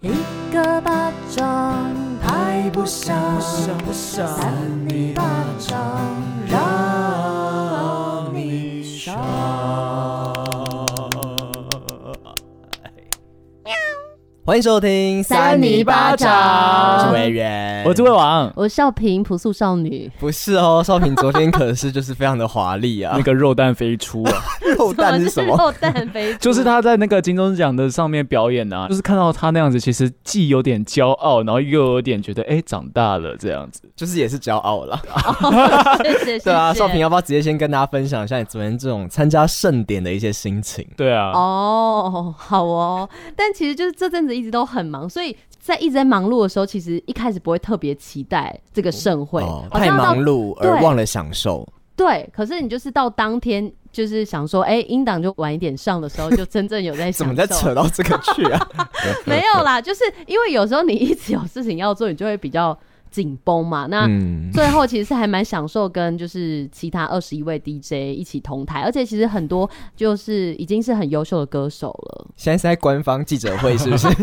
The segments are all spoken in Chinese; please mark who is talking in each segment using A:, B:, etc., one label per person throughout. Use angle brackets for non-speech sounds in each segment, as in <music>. A: 一个巴掌拍不响，
B: 不想
A: 扇你巴掌让你爽。
B: 欢迎收听
A: 三尼巴掌
B: 我是维人，
C: 我是魏王，
A: 我笑贫朴素少女，
B: 不是哦，少平昨天可是就是非常的华丽啊 <laughs>
C: 那，个肉蛋飞出 <laughs> 啊，
B: 肉蛋是什么？
A: 肉蛋飞猪， <laughs>
C: 就是他在那个金钟奖的上面表演啊，就是看到他那样子，其实既有点骄傲，然后又有点觉得哎、长大了这样子。
B: <laughs> 就是也是骄傲了，
A: 谢谢谢谢。
B: 对啊，少平要不要直接先跟大家分享一下你昨天这种参加盛典的一些心情？
C: 对啊，
A: 哦，好哦，但其实就是这阵子一直都很忙，所以在一直在忙碌的时候，其实一开始不会特别期待这个盛会，
B: 哦
A: 好
B: 太
A: 像到
B: 忙碌
A: 对
B: 而忘了享受，
A: 对，可是你就是到当天，就是想说，哎、音档就晚一点上的时候，就真正有
B: <laughs>
A: 在
B: 怎
A: 享
B: 么
A: 受。
B: 在扯到这个去啊？ <laughs>
A: 没有啦，就是因为有时候你一直有事情要做，你就会比较紧绷嘛。
B: <laughs>
A: 那、
B: 嗯，
A: 最后其实还蛮享受跟就是其他二十一位 DJ 一起同台，而且其实很多就是已经是很优秀的歌手了。
B: 现在是在官方记者会是不是？ <laughs>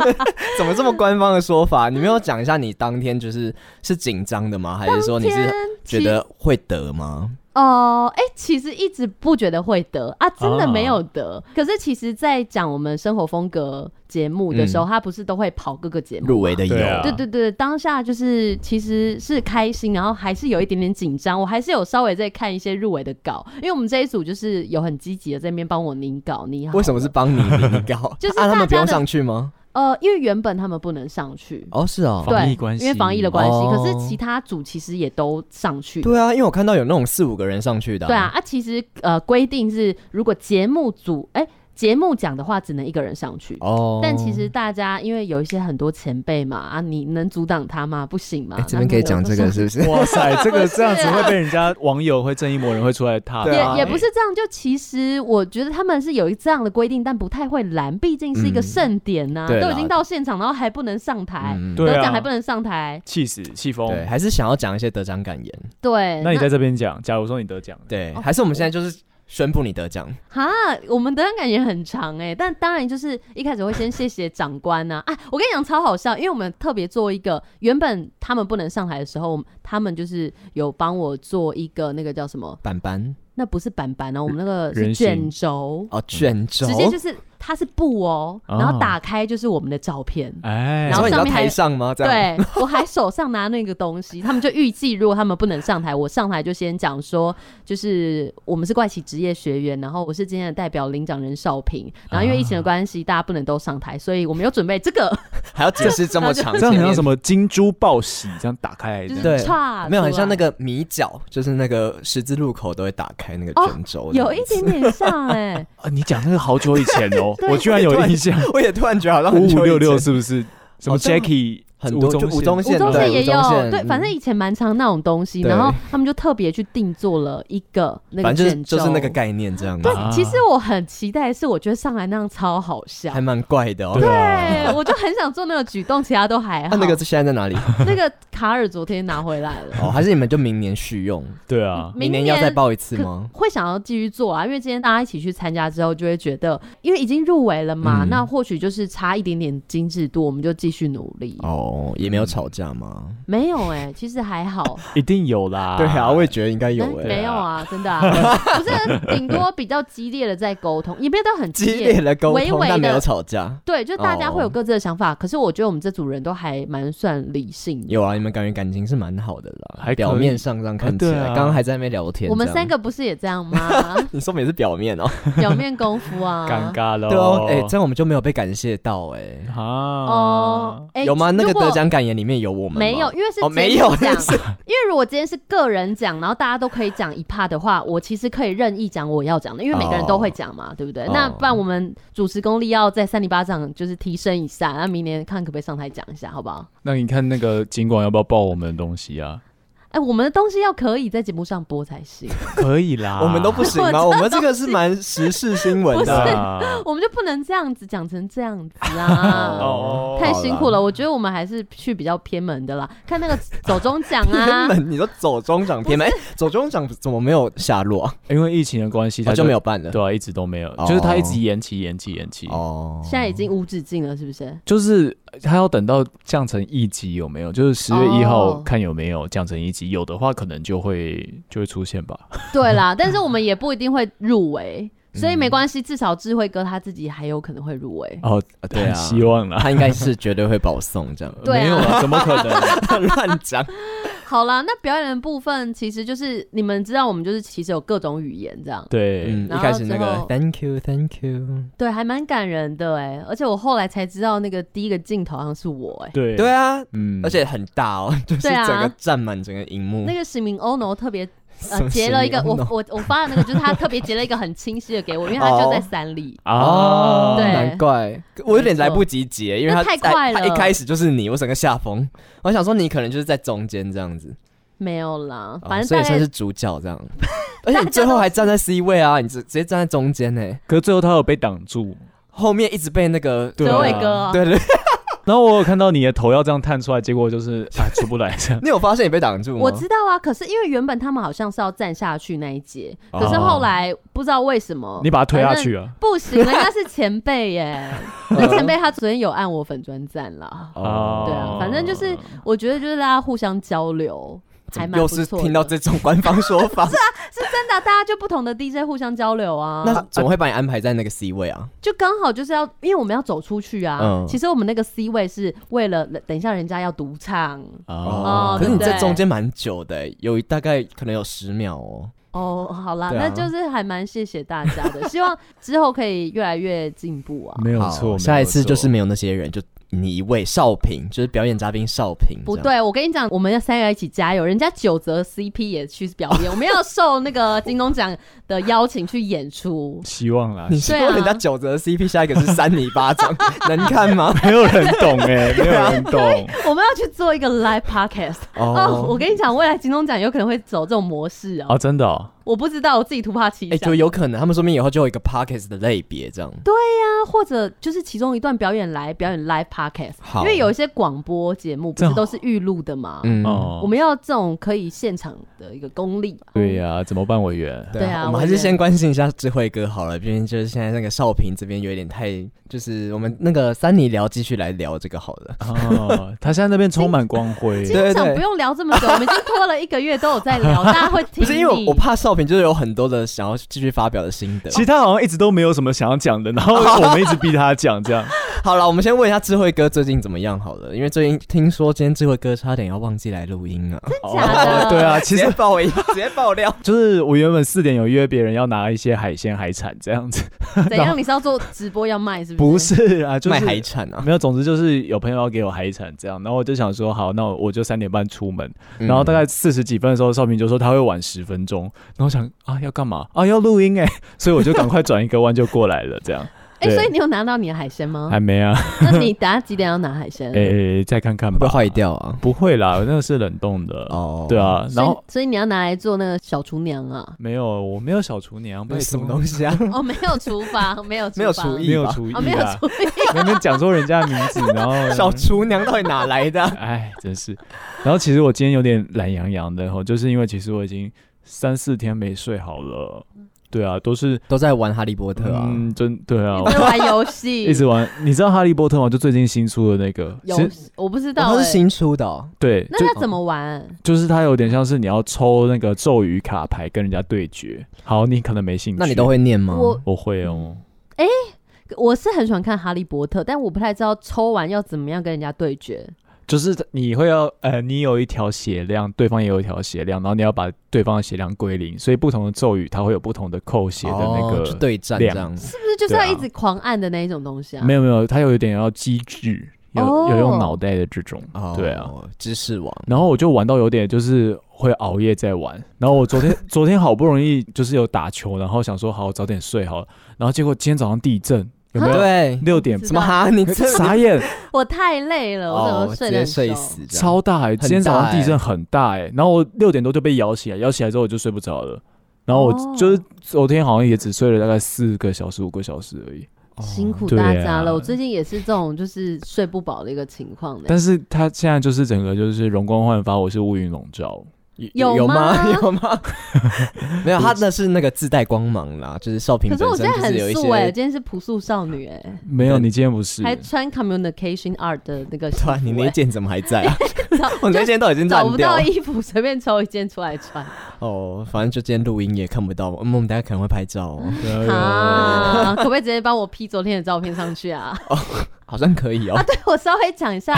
B: 怎么这么官方的说法？你没有讲一下你当天就是是紧张的吗？还是说你是觉得会得吗？
A: 哦，哎、其实一直不觉得会得啊，真的
C: 啊
A: 没有得。可是其实，在讲我们生活风格节目的
B: 嗯
A: 时候，他不是都会跑各个节目吗
B: 入围的有，
C: 对啊
A: 对对对，当下就是其实是开心，然后还是有一点点紧张，我还是有稍微在看一些入围的稿，因为我们这一组就是有很积极的在那边帮我拟稿拟好。
B: 为什么是？帮你领稿？
A: <laughs> 就是
B: 啊，他
A: 大家
B: 们不用
A: 的
B: 上去吗？
A: 呃，因为原本他们不能上去，
B: 哦，是哦。
A: 对，
C: 防疫关系
A: 因为防疫的关系，
B: 哦
A: 可是其他组其实也都上去。
B: 对啊，因为我看到有那种四五个人上去的、
A: 对啊，，啊，其实呃规定是，如果节目组哎节目奖的话，只能一个人上去。
B: 哦，
A: 但其实大家因为有一些很多前辈嘛，啊，你能阻挡他吗？不行嘛
B: 哎、。这边可以讲这
A: 那如果
B: 个是不是？
C: 哇
A: <laughs>
C: 塞，这
A: 不
C: 个
A: 是
C: 这样子
A: 啊
C: 会被人家网友会正义魔人会出来踏伐
B: 对啊
A: 也也不是这样，就其实我觉得他们是有一这样的规定，但不太会拦，毕竟是一个
B: 嗯
A: 盛典呐、
B: 对
A: 都已
B: 啦
A: 经到现场，然后还不能上台，
B: 嗯
C: 对
A: 得
C: 啊
A: 奖还不能上台，
C: 气死气疯。
B: 对，还是想要讲一些得奖感言。
A: 对，
C: 那你在这边讲，假如说你得奖，
B: 对，
A: 哦
B: 还是我们现在就是宣布你得奖。
A: 哈，我们得奖感觉很长哎、但当然就是一开始会先谢谢长官呐、啊。我跟你讲超好笑，因为我们特别做一个，原本他们不能上台的时候，我们他们就是有帮我做一个那个叫什么？
B: 板板
A: 那不是板板哦、我们那个是
C: 人形
A: 卷轴，
B: 哦，卷轴，啊
A: 直接就是它是布哦、
C: 哦
A: 然后打开就是我们的照片。
C: 哎，
A: 然
B: 所
A: 后
B: 以你
A: 上
B: 要
A: 面还
B: 台上吗？这样
A: 对我还手上拿那个东西，他们就预计如果他们不能上台，我上台就先讲说，就是我们是怪奇职业学员，然后我是今天的代表领奖人少平，然后因为疫
B: 啊
A: 情的关系，大家不能都上台，所以我们有准备这个，
B: 还要解释这么长，
C: 这样很像
B: 前
C: 什么金珠报喜这样打开来
A: 就是
C: 这样，
B: 对
A: 叉
B: 面？没有，很
A: 出来
B: 像那。个米角，就是那个十字路口都会打开那个卷轴的。
A: 哦有一点点
B: <laughs>
A: 像哎、
C: 啊，你讲那个好久以前哦
A: <laughs> 对，
C: 我居然有印 <laughs> 象，
B: 我也突然觉得好像
C: 五
B: 很久
C: 五
B: 以
C: 六六
B: 前
C: 是不是？什么
B: 好像
C: Jacky
B: 很多就
C: 吴
B: 吴宗
A: 吴
B: 宪，
A: 宗
B: 对
A: 宪也有
B: 吴宗宪
A: 对，
B: 嗯
A: 反正以前蛮常那种东西，
B: 对
A: 然后他们就特别去定做了一个那个
B: 反正就是
A: 卷轴，
B: 就是那个概念这样嘛，
A: 对，其实我很期待，是我觉得上来那样超好笑
B: 还，蛮怪的哦。
C: 对啊，
A: 对，我就很想做那个举动，其他都还好。
B: 啊那那个现在在
A: <laughs>
B: 哪里？ <laughs>
A: 那个卡尔昨天拿回来了，
B: 哦，还是你们就明年续用？
C: 对啊，
B: 明
A: 明年
B: 要再报一次吗？
A: 会想要继续做啊，因为今天大家一起去参加之后，就会觉得，因为已经入围了嘛，
B: 嗯
A: 那或许就是差一点点精致度，我们就继续努力。
B: 哦，也没有吵架吗？
A: 没有哎、其实还好，
C: 一定有啦。
B: 对啊，我也觉得应该 <laughs> 有
A: 嗯
B: 哎，
A: 没有啊，真
B: <laughs>
A: 的啊，不是顶多比较激烈的在沟通，也没有到很
B: 激烈的沟
A: 微
B: 通，
A: 微
B: 但没有
A: 的。
B: 吵架。
A: 对，就大家会有
B: 哦
A: 各自的想法，可是我觉得我们这组人都还蛮算理性的。
B: 有啊，你们感觉感情是蛮好的啦，
C: 还可以
B: 表面上这样看起
C: 啊对
B: 来，刚
C: 啊
B: 刚还在那边聊天。
A: 我们
B: 这样
A: 三，个不是也这样吗？
B: <laughs> 你说每次表面哦，
A: 表面功夫啊，
C: 尴尬喽。
B: 对哦，哎，这样我们就没有被感谢到哎。
C: 啊，
A: 哦，哎
B: 有吗？那个
A: 如果
B: 得奖感言里面有我们吗
A: 没有，？因为是
B: 哦，
A: 节
B: 没
A: 目
B: 有，
A: 奖，
B: 是
A: <laughs> 因为如果今天是个人奖，然后大家都可以讲一 part 的话，我其实可以任意讲我要讲的，因为每个人都会讲嘛，对不对？
B: 哦
A: 那不然我们主持功力要在三里巴掌就是提升一下，那明年看可不可以上台讲一下，好不好？
C: 那你看那个尽管要不要报我们的东西啊？
A: 哎、哎，我们的东西要可以在节目上播才行，
C: 可以 <laughs> 啦，
B: 啊我们都不行吗？
A: 我
B: 我们这个是蛮时事新闻
A: 不
B: 的，
C: 啊
A: 我们就不能这样子讲成这样子
B: 哦
A: 啊。
C: 哦
A: <laughs> 太辛苦了，我觉得我们还是去比较偏门的啦。看那个走中奖
B: 偏，
A: 啊
B: 门，你说走中奖偏门，哎走中奖怎么没有下落啊？
C: <laughs> 因为疫情的关系，
B: 他
C: 他
B: 就没有办了。
C: 对啊，一直都没有，
B: 哦
C: 就是他一直延期、延期、延期，
B: 哦，
A: 现在已经无止境了，是不是？
C: 就是他要等到降成一级有没有？就是十月一号
A: 哦
C: 看有没有降成一级，有的话可能就会就会出现吧。
A: <laughs> 对啦，
B: 嗯
A: 但是我们也不一定会入围，所以没关系，至少智慧哥他自己还有可能会入围。
C: 哦，
B: 对啊
C: 很 <laughs> 希望啦。
B: 他应该是绝对会保送这样，
A: 对啊
C: 没有啊，怎么可能？
B: <laughs> 乱讲。
A: 好啦，那表演的部分其实就是你们知道，我们就是其实有各种语言这样，
C: 对，
B: 嗯，
A: 然
B: 一
A: 后
B: 开始那
A: 之
B: 个
A: 后
B: Thank you, Thank you。
A: 对，还蛮感人的哎、而且我后来才知道，那个第一个镜头好像是我哎、
C: 对，
B: 对，啊，
C: 嗯
B: 而且很大哦，就是
A: 对啊
B: 整个占满整个荧幕。
A: 那个史明欧诺特别
B: 嗯什
A: 呃
B: 么
A: 截了一个我
B: no
A: 我我发的那个，就是他特别截了一个很清晰的给我，因为他
B: 哦
A: 就在山里。
C: 啊，
A: 对
B: 难怪我有点来不及截，因为他
A: 那太快了
B: 他一开始就是你，我整个下风。我想说你可能就是在中间这样子，
A: 没有啦，
B: 哦
A: 反正
B: 所以
A: 大
B: 你算
A: 概、
B: 是主角
A: <laughs>
B: 这样。而且你最后还站在 C 位啊，你直直接站在中间呢，
C: 可是最后他有被挡住，
B: 后面一直被那个
C: 对
A: 哲
C: 啊
A: 伟哥哦、
B: 对对，对。
C: <laughs> 然后我有看到你的头要这样探出来，结果就是啊出不来这样
B: 你有发现你被挡住吗？
A: 我知道啊，可是因为原本他们好像是要站下去那一节，
B: 哦
A: 可是后来不知道为什么
C: 你把他推下去啊！
B: <laughs>
A: 不行，人家是前辈耶，那前辈他昨天有按我粉砖赞啦。
B: 哦，
A: 对啊，反正就是我觉得就是大家互相交流，
B: 怎
A: 还
B: 么
A: 蛮
B: 又
A: 不
B: 是
A: 错的。
B: 听到这种官方说
A: <laughs>
B: 法，
A: 是真的啊，大家就不同的 DJ 互相交流啊。
B: 那怎么会把你安排在那个 C 位啊？
A: 就刚好就是要，因为我们要走出去啊。
B: 嗯
A: 其实我们那个 C 位是为了等一下人家要独唱哦
B: 可是你
A: 对不
B: 在
A: 对
B: 中间蛮久的欸，有大概可能有十秒哦。
A: 哦。好啦，
B: 对啊
A: 那就是还蛮谢谢大家的，希望之后可以越来越进步啊。
C: 没有
B: 好，
C: 错，没有
B: 下一次就是
C: 错。
B: 没有那些人，就你一位少平，就是表演嘉宾少平。
A: 不
B: 这样，
A: 对，我跟你讲，我们要三个人一起加油。人家九泽 CP 也去表演，我们要受那个金钟奖的邀请去演出
B: <laughs>
C: 希望啦，
B: 你说
A: 对啊
B: 人家九折 CP，下一个是扇你巴
A: <laughs>
B: 掌，能看吗？
C: <laughs> 没有人懂
B: <laughs>
C: 哎，没有
B: 啊
C: 人懂。
A: 我们要去做一个 live podcast 哦！我，跟你讲，未来金钟奖有可能会走这种模式啊！
C: 啊，真的哦，
A: 我不知道，我自己突发奇
B: 哎，
A: 想
B: 就。有可能，他们说明以后就有一个 Parkes 的类别这样。
A: 那或者就是其中一段表演来表演 live podcast，
B: 好
A: 因为有一些广播节目不
C: 这
A: 是
C: 好
A: 都是预录的嘛。
B: 嗯，
C: 哦
A: 我们要这种可以现场的一个功力。
C: 对呀，怎么办，委员？
A: 对啊
B: 嗯我
A: 我
B: 们还
A: 觉
B: 是
A: 得
B: 先关心一下智慧哥好了，毕竟就是现在那个少平这边有点太，就是我们那个三尼聊继续来聊这个好了。
C: 哦，他现在那边充满光辉
B: <laughs>
A: 其，
B: 对
A: 实想不用聊这么久，我们已经拖了一个月都有在聊，大家会听
B: 不
A: 你。
B: 是因为我我怕少平就是有很多的想要继续发表的心得。
C: 其实他好像一直都没有什么想要讲的，然后我们一直逼他
B: <laughs>
C: 讲，这样
B: 好了，我们先问一下智慧哥最近怎么样好了，因为最近听说今天智慧哥差点要忘记来录音 <laughs> 啊，
A: 假的
C: 哦对啊，其
B: <laughs>
C: 实
B: 爆一直接爆料。
C: 就是我原本四点有约别人要拿一些海鲜海产这样子，
A: 怎样？你是要做直播要卖是不
C: 不
A: 是？
C: 是啊，就是
B: 卖海产啊，
C: 没有，总之就是有朋友要给我海产这样，然后我就想说好，那我就三点半出门，
B: 嗯
C: 然后大概四十几分的时候，少平就说他会晚十分钟，然后我想啊要干嘛啊要
B: <laughs>
C: 录音哎，所以我就赶快转一个弯就过来了，这样
A: 哎，
C: 对
A: 所以你有拿到你的海鲜吗？
C: 还没啊，
A: 那你等下几点要拿海鲜？
C: <laughs> 哎再看看
B: 嗯会不
C: 吧
B: 会，坏掉啊？
C: 不会啦，那个是冷冻的
B: 哦
C: 对，啊，
A: 所
C: 然
A: 以
C: 后
A: 所以你要拿来做那个小厨娘
C: <laughs>
A: 啊？
C: 没有我没有小厨娘，
B: 那
C: 被
B: 是什么
C: 说
B: 东西啊？
A: 哦，没有厨房，没有
B: 没有
A: 房
B: 厨艺
C: 没有厨艺
A: 哦，没有
C: 啊
A: 厨，艺。
C: <laughs> 那边讲错人家的名字，然后
B: <laughs> 小厨娘到底哪来的啊？
C: 哎，真是。然后其实我今天有点懒洋洋的，吼，就是因为其实我已经三四天没睡好了。
A: 嗯
C: 对啊，都是
B: <laughs> 都在玩哈利波特啊。
C: 嗯，真对啊，
A: 你在玩游戏，
C: 一直玩。你知道《哈利波特》吗？就最近新出的那个，
A: 有
C: 其实
A: 我不知道、
B: 它
A: 欸，
B: 是新出的哦，
C: 对，
A: 那
C: 就
A: 要怎么玩？
C: 就是它有点像是你要抽那个咒语卡牌跟人家对决。好，你可能没兴趣，
B: 那你都？会嗯念吗？
A: 我
C: 我会哦，
A: 我是很喜欢看《哈利波特》，但我不太知道抽完要怎么样跟人家对决。
C: 就是你会要呃，你有一条血量，对方也有一条血量，然后你要把对方的血量归零，所以不同的咒语它会有不同的扣血的那
B: 哦
C: 个
B: 就对战这样子。
A: 是不是就是要
C: 对啊
A: 一直狂按的那一种东西啊？
C: 没有没有，他有一点要机智，有、
A: 哦
C: 有用脑袋的这种，
B: 哦
C: 对啊。，
B: 知识王。
C: 然后我就玩到有点就是会熬夜在玩，然后我昨天昨天好不容易就是有打球，然后想说好早点睡好了，然后结果今天早上地震。有
A: 啊
C: 没有？
B: 对，
A: <laughs>
C: 六点
A: 知
B: 什么哈？你这
C: 傻眼，
A: 我太累了，我整
B: <laughs> 哦
A: 个，
B: 直
A: 睡
B: 接
A: 得很
B: 睡
A: 熟
B: 死这样，
C: 超大哎、今天早
B: 大
C: 上
B: 欸
C: 地震很大哎、然后我六点多就被摇起来，摇起来之后我就睡不着了。然后
A: 哦
C: 我就是昨天好像也只睡了大概四个小时、五个小时而已，
B: 哦
A: 辛苦
C: 哦对
A: 大家了，
C: 啊
A: 我最近也是这种就是睡不饱的一个情况欸的。
C: 但是它现在就是整个就是容光焕发，我是乌云笼罩。
A: 有
B: 有
A: 吗
B: <laughs> 有
A: <laughs>
B: 吗？没有，他那是那个自带光芒啦，就是少平
A: 可
B: 本
A: 是我今
B: 身
A: 天
B: 就是有
A: 很
B: 一
A: 素哎、
B: <laughs> 些。
A: 今天是朴素少女哎、
C: 没有，你今天不是啊
A: 还穿 communication art 的那个西
B: 突
A: 服、
B: 然，啊你那
A: 哎
B: 件怎么还在啊？
A: 找
B: <laughs> 我那件都已经
A: <laughs> 找
B: 烂
A: 不
B: 掉
A: 到
B: 了。
A: 衣服，随便抽一件出来穿。
B: 哦，反正就今天录音也看不到，嗯，我们大家可能会拍照哦，
A: 嗯 <laughs>
C: 哎呦
A: 啊，可不可以直接帮我 P 昨天的照片上去啊？
B: 好像可以哦
A: 啊，， <laughs> 对我稍微讲一下，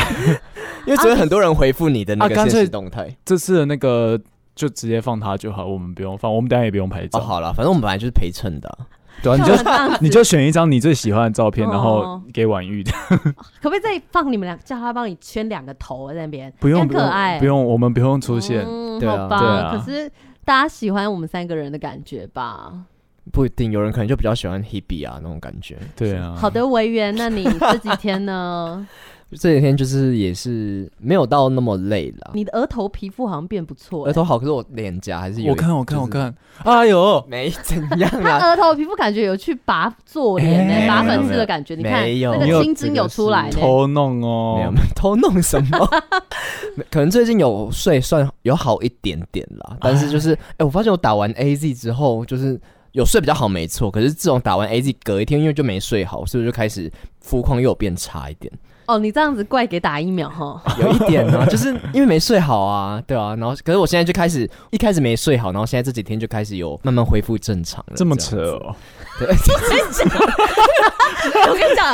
B: 因为昨天很多人回复你的那
C: 啊
B: 个
C: 干
B: 现
C: 脆
B: 实动态。
C: 这次的那个就直接放它就好，我们不用放，我们等一下也不用拍
B: 哦，
C: 照。
B: 好了，反正我们本来就是陪衬的啊，
C: 对啊，你
A: 看 <laughs>
C: 就
A: 我这样子
C: 你就选一张你最喜欢的照片，
A: 哦
C: 然后给婉玉的。
A: 可不可以再放你们俩，叫他帮你圈两个头在那边，
C: 不用
A: 很
C: 不
A: 可
C: 用
A: 爱，
C: 不用，我们不用出现。
A: 嗯、
B: 对啊
A: 好吧？
C: 对啊
A: 可是大家喜欢我们三个人的感觉吧？
B: 不一定，有人可能就比较喜欢 Hebe 啊那种感觉。
C: 对啊，
A: 好的，维园，那你这几天
C: <laughs>
A: 呢？
B: 这几天就是也是没有到那么累啦，
A: 你的额头皮肤好像变不错、欸，
B: 额头好，可是我脸颊还是有。
C: 我看我看我，看，哎呦，
B: 没怎样啊
A: 他
B: 啦。
A: 额头皮肤感觉有去拔做脸呢、
C: 哎
A: 拔粉刺的感觉。你看
B: 没有
A: 那
C: 没
A: 个
C: 有
A: 青筋有出来呢、
C: 偷弄
B: 没
C: 哦
B: 有，偷弄什
A: <laughs>
B: 么？可能最近有睡算有好一点点啦，但是就是
A: 啊
B: 哎、我发现我打完 A Z 之后，就是有睡比较好，没错。可是自从打完 A Z 隔一天，因为就没睡好，所以我就开始肤况又有变差一
A: <laughs>
B: 点，
A: 哦，你这样子怪给打疫苗哦
B: <laughs>
A: 哈。
B: 有一点呢、啊，就是因为没睡好啊，对啊。然后可是我现在就开始一开始没睡好，然后现在这几天就开始有慢慢恢复正常了。
C: 这么
B: 样
C: 扯哦。
B: 对，
A: 我跟你讲，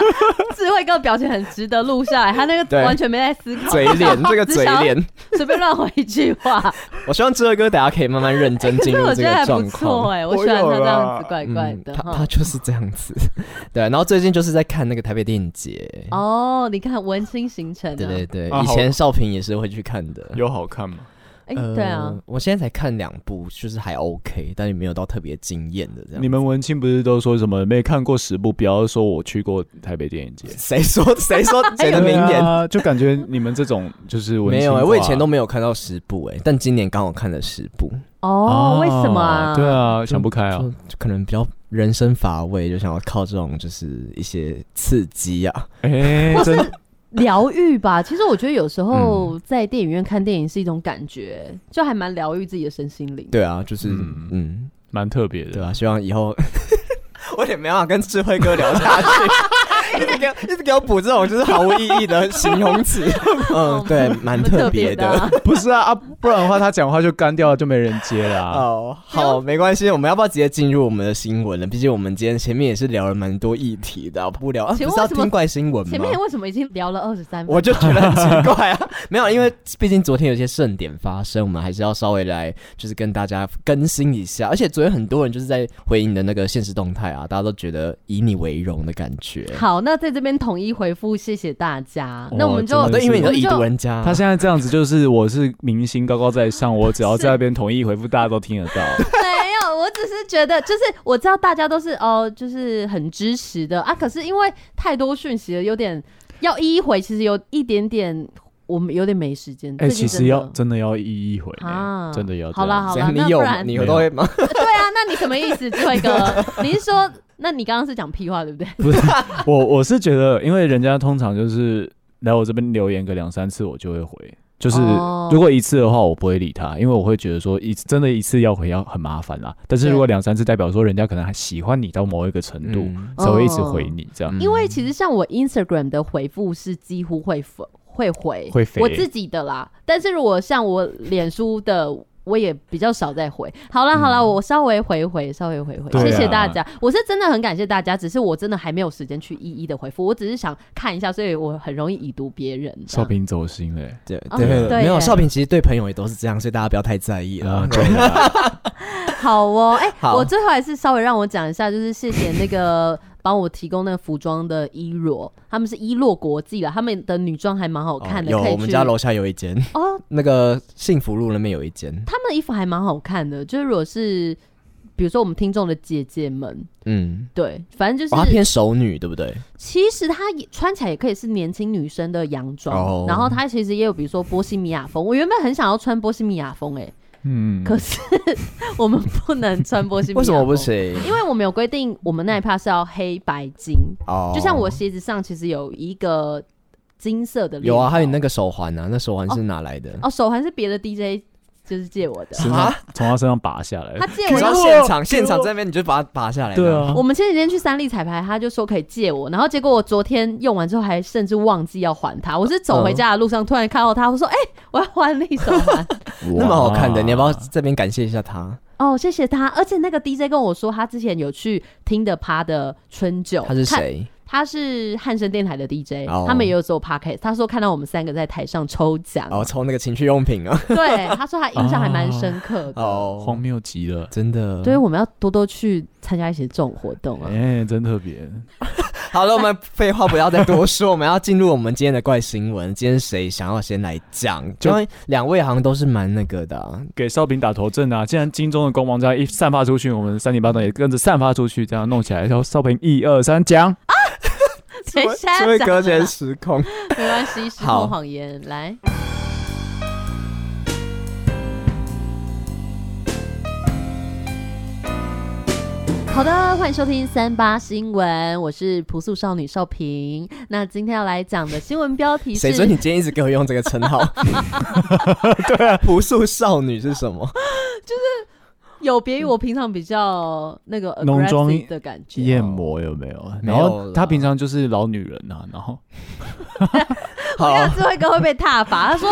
A: 智慧哥表情很值得录下来，他那个
B: 对
A: 完全没在思考，
B: 嘴
A: <laughs>
B: 脸这个嘴脸，
A: 随便乱回一句
B: <laughs>
A: 话。
B: 我希望之后哥大家可以慢慢认真进
A: <laughs> 对，
B: 入
A: 我
B: 这
A: 觉得还
B: 个
A: 不
B: 状况
A: 错。哎、我喜欢他这
C: 啊
A: 样子怪怪的
B: 嗯他
A: 哈。
B: 他就是这样子，对。啊然后最近就是在看那个台北电影节，
A: 哦，你看文青行程、啊，
B: 对对对，
C: 啊
B: 以
C: 好
B: 前少平也是会去看的。
C: 有好看吗？
A: 哎、
B: 呃
A: 对啊，，
B: 我现在才看两部，就是还 OK，但也没有到特别惊艳的这样。
C: 你们文青不是都说什么没看过十部，不要说我去过台北电影节
B: 谁说谁
A: <laughs>
B: 说
A: 哎
B: 谁的名
C: 对
B: 言？
C: 啊，就感觉你们这种就是文青
B: 没有哎，
C: 化
B: 我以前都没有看到十部哎，但今年刚好看了十部，
A: 哦，为什么啊？
C: 对啊，想不开啊
B: 就，就可能比较人生乏味，就想要靠这种就是一些刺激啊。
C: 哎，真
A: 疗愈吧。其实我觉得有时
B: 嗯
A: 候在电影院看电影是一种感觉，就还蛮疗愈自己的身心灵。
B: 对啊，就是
C: 嗯
B: 嗯
C: 蛮特别
B: 对
C: 的。
B: 啊，希望以后 <laughs> 我也没办法跟智慧哥聊下去， <laughs> 一直给我一直给我补这种就是毫无意义的形容词。嗯，
A: <laughs>
B: 对，蛮特别
A: 哦蛮
B: 的。
A: 啊
C: <laughs> 不是啊啊，不然的话他讲话就干掉了，就没人接了啊。
B: 哦，好，没关系，我们要不要直接进入我们的新闻了？毕竟我们今天前面也是聊了蛮多议题的，不聊、啊、
A: 请
B: 不
A: 问
B: 是要
A: 为什么
B: 听怪新闻
A: 前
B: 吗？
A: 面为什么已经聊了二十 <laughs> 三分
B: 我就觉得很奇怪
A: <laughs>
B: 啊，没有，因为毕竟昨天有些盛典发生，我们还是要稍微来就是跟大家更新一下。而且昨天很多人就是在回应你的那个现实动态啊，大家都觉得以你为荣的感觉。
A: 好，那在这边统一回复，谢谢大家。
C: 哦
A: 那我们就
C: 真的
B: 对，因为你
A: 我
B: 都
A: 们
B: 已
A: 就
B: 读人家，
C: 他现在这样子就是我是明星高高在上，我只要在那边统一回复，大家都
A: <laughs>
C: 听得到。
A: 没有，我只是觉得，就是我知道大家都是哦，就是很支持的啊。可是因为太多讯息了，有点要一一回，其实有一点点，我们有点没时间。
C: 哎，
A: 最近
C: 其实要
A: 真的
C: 真的要一一回
A: 啊
C: 呢，真的要这
A: 好啦
C: 样。
A: 好
B: 怎
A: 啦，
B: 样
A: 那
B: 你
A: 不
B: 有吗？
A: 然
B: 你有都会吗？
A: <laughs> 对啊，那你什么意思，智慧哥？
C: <laughs>
A: 你是说，那你刚刚是讲屁话对不对？
C: 不是 <laughs> 我，我是觉得，因为人家通常就是来我这边留言个两三次，我就会回。就是
A: 哦
C: 如果一次的话，我不会理他，因为我会觉得说一真的一次要回要很麻烦啦。但是如果两三次，代表说人家可能还喜欢你到某一个程度，
B: 嗯
C: 才会一直
A: 哦
C: 回你这样。
A: 因为其实像我 Instagram 的回复是几乎会否会回，
C: 会肥
A: 我自己的啦。但是如果像我脸书的。我也比较少在回，好啦好
B: 嗯
A: 啦，我稍微回回，稍微回回，
C: 对啊
A: 谢谢大家，我是真的很感谢大家，只是我真的还没有时间去一一的回复，我只是想看一下，所以我很容易已读别人。这
C: 少
A: 样
C: 平走心嘞、
B: 对
A: 哦
B: 对，
A: 对哦
B: 没有
A: 耶
B: 少平其实对朋友也都是这样，所以大家不要太在意
C: 啊
B: 了。
C: 真的啊
A: 好哦，哎、
B: 好
A: 我最后还是稍微让我讲一下，就是谢谢那个帮我提供那个服装的伊 <laughs> 若，他们是伊洛国际啦，他们的女装还蛮好看的，
B: 哦有
A: 可以去
B: 我们家楼下有一间，
A: 哦，
B: 那个幸福路那边有一间，
A: 他们的衣服还蛮好看的，就是如果是。比如说我们听众的姐姐们，
B: 嗯，
A: 对，反正就
B: 哦，她
A: 是，
B: 偏熟女，对不对？
A: 其实她也穿起来也可以是年轻女生的洋装，
B: 哦
A: 然后她其实也有比如说波西米亚风，我原本很想要穿波西米亚风、哎，
C: 嗯，
A: 可是 <laughs> 我们不能穿波西米亚，
B: 为什么不？行？
A: 因为我们有规定，我们那一趴是要黑白金，
B: 哦，
A: 就像我鞋子上其实有一个金色的链
B: 有啊，还有你那
A: 条
B: 个手环啊，那手环是哪来的？
A: 哦，手环是别的 DJ 就是借我的，
C: 身上从他身上拔下来
A: 啊他，借
B: 你
A: 我
B: 知
A: 然
B: 道
A: 后。
B: 现场现场在那边你就把它拔下来。
C: 对，啊，
A: 我们前几天去三立彩排，他就说可以借我，然后结果我昨天用完之后还甚至忘记要还他。我是走
B: 嗯
A: 回家的路上突然看到他，我说：“哎、我要还你手
B: <laughs>
A: 环。
B: 那蛮好看的，
C: 哇
B: 你要不要这边感谢一下他？”
A: 哦，谢谢他。而且那个 DJ 跟我说，他之前有去听的趴的春酒，
B: 他是
A: 看？
B: 谁？
A: 他是汉声电台的 DJ，、
B: 哦
A: 他们也有做 podcast。他说看到我们三个在台上抽奖，
B: 哦，抽那个情趣用品啊。
A: 对，他说他印象还蛮深刻的。
B: 哦
C: 荒，谬极
B: <laughs>
C: 了，
B: 真的。
A: 所以我们要多多去参加一些这种活动啊。
C: 哎，真特别，
B: 好了，我们废话不要再多说，我们要进入我们今天的怪新闻。今天谁想要先来讲？
C: 就
B: <laughs> 就两位好像都是蛮那个的啊。
C: 给少平打头阵啊！既然金钟的光芒这样一散发出去，我们三点八段也跟着散发出去，这样弄起来，然后少平一二三讲，
A: 谁先
B: 这位
A: 讲
B: 隔
A: 了
B: 绝
A: 啦
B: 时空。
A: 没关系，时
B: 好
A: 空谎言来。好的，欢迎收听三八新闻，我是朴素少女少平。那今天要来讲的新闻标题
B: 谁准你
A: 是，
B: 今天一直给我用这个称号？ <laughs> 对啊，朴素少女是什么？
A: 有别于我平常比较那个
C: 浓
A: aggressive
C: 妆
A: 的感觉。
C: 艳魔有哦没有？
B: 没
C: 然
B: 有
C: 后
B: 啦
C: 她平常就是老女人啊，然后
B: 好
A: 这，样智慧哥会被踏伐，他说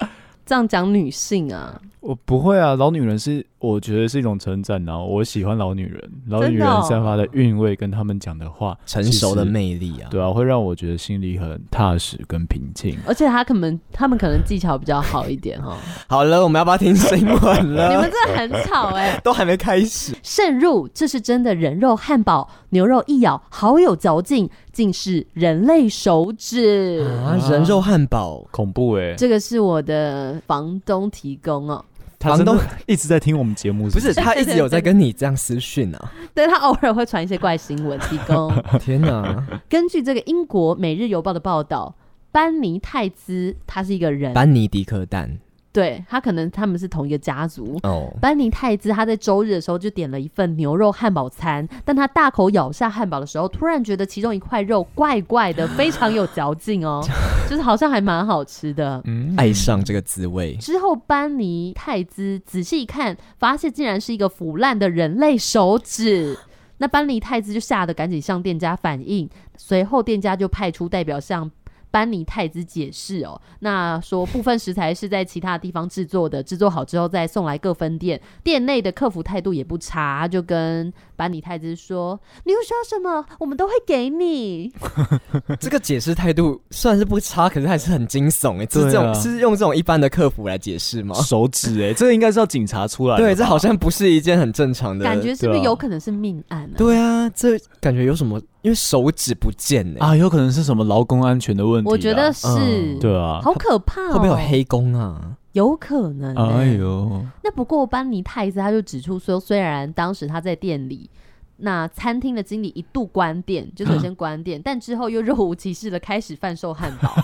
A: <laughs> 这样讲女性啊，
C: 我不会啊，老女人是我觉得是一种称赞啊，我喜欢老女人，老
A: 真
C: 女
A: 的哦
C: 人散发的韵味跟她们讲的话，
B: 成熟的
C: 其实
B: 魅力啊。
C: 对啊，会让我觉得心里很踏实跟平静。
A: 而且他可能他们可能技巧比较好一点哈。
B: 好了，我们要不要听新闻
A: <laughs> 你们
B: 了？
A: 真的很吵哎、
B: 都还没开始，
A: 渗入，这是真的人肉汉堡，牛肉一咬好有嚼劲，竟是人类手指。
B: 啊，人肉汉堡，
C: 恐怖哎、
A: 这个是我的房东提供哦， <laughs>
C: 他
B: 房
C: 真
B: 东
C: 的 <laughs> 一直在听我们节目
B: 不是
C: 是
B: 他一直有在跟你这样私讯啊！
C: <laughs>
A: 对他偶尔会传一些怪新闻提
B: <laughs>
A: 供。
B: 天哪，
A: 根据这个英国《每日邮报》的报道，班尼泰兹他是一个人，
B: 班尼迪克蛋
A: 对他可能他们是同一个家族。
B: 哦，
A: 班尼泰兹他在周日的时候就点了一份牛肉汉堡餐，但他大口咬下汉堡的时候，突然觉得其中一块肉怪怪的，非常有嚼劲哦，就是好像还蛮好吃的。
C: 嗯
B: 爱上这个滋味，
A: 之后，班尼泰兹仔细一看，发现竟然是一个腐烂的人类手指。那班尼泰兹就吓得赶紧向店家反映，随后店家就派出代表向班尼泰兹解释哦，那说部分食材是在其他地方制作的，制作好之后再送来各分店，店内的客服态度也不差，就跟班尼泰兹说：“你有需要什么，我们都会给你。”
C: 呃嗯
B: 这个解释态度虽然是不差，可是还是很惊悚哎。是这
C: 对
B: 种
C: 啊
B: 是用这种一般的客服来解释吗？
C: 手指哎、这个应该是要警察出来的吧。
B: 对，这好像不是一件很正常的
A: 感觉是不
C: 对
A: 是
C: 啊
A: 有可能是命案呢、
B: 对啊，这感觉有什么？因为手指不见哎，
C: 啊，有可能是什么劳工安全的问题啊。
A: 我觉得是，
B: 嗯
C: 对啊，
A: 好可怕哦！
B: 会不会有黑工啊？
A: 有可能、欸。
C: 哎呦，
A: 那不过班尼泰斯他就指出说，虽然当时他在店里。那餐厅的经理一度关店，就首先关
C: <laughs>
A: 店，但之后又若无其事的开始贩售汉堡，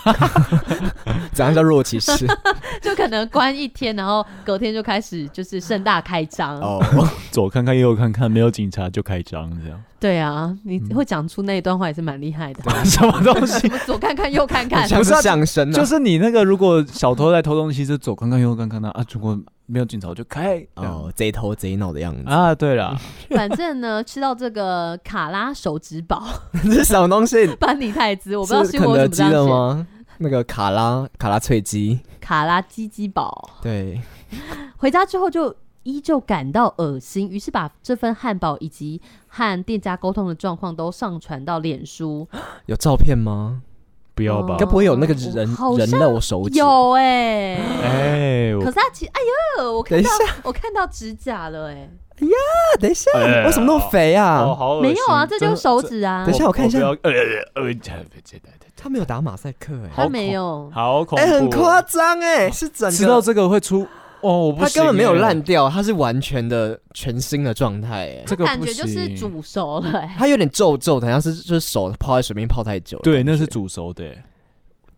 A: <laughs>
B: 怎样叫弱骑士？
A: 就可能关一天，然后隔天就开始就是盛大开张。
B: 哦，
C: <laughs> 左看看右看看，没有警察就开张这样， <laughs>
A: 对啊，你
C: 嗯
A: 会讲出那一段话也是蛮厉害的。
C: 什么东
A: 什 <laughs>
C: 西？
A: 么左看看右看看，
B: 像是
C: 不是啊
B: 相声啊
C: 就。是你那个，如果小偷在偷东西，就左看看右看看啊，啊，如果没有警察就开哦
B: 哦，贼头贼脑的样子，
C: 啊，对了，
A: 反正呢，吃到这个卡拉手指堡，
B: <laughs>
A: <laughs>
B: 这是什么东西？
A: 班尼泰兹，我不知道
B: 是
A: 新
B: 肯
A: 闻
B: 德
A: 怎么
B: 基
A: 这
B: 的
A: 样写，
B: 吗？那个卡拉卡拉脆鸡，
A: 卡拉鸡鸡堡。
B: 对，
A: 回家之后就依旧感到恶心，于是把这份汉堡以及和店家沟通的状况都上传到脸书。
B: 有照片吗？
C: 不要吧
B: 该？不会有那个
A: 哦
B: 人
A: 好像
B: 人肉手指？啊
A: 有哎、
C: 哎，
A: 可
C: 我
A: 是他其哎呦，我看到
B: 等
A: 我看到指甲了哎、
B: 啊等一下，
C: 哎呀
B: 为什么那么肥
C: 哦
B: 啊？
C: 好恶心
A: 没有啊，这就是手指啊
B: 等一，下我看一下
C: 不要呃呃呃，别接待
B: 他没有打马赛克哎，
A: 他没有。
C: 好恐怖，
B: 哎，很夸张哎，是整
C: 吃到
B: 个
C: 这个会出哦，我不
B: 它根本
C: 行
B: 没有
C: 欸
B: 烂，掉，它是完全的全新的状态哎。
C: 这个
A: 感
C: 不
A: 觉就是
C: 行
A: 煮熟了、欸。
B: 它有点皱皱的，好像是就是手泡在水面泡太久了。
C: 对，那是煮熟的欸，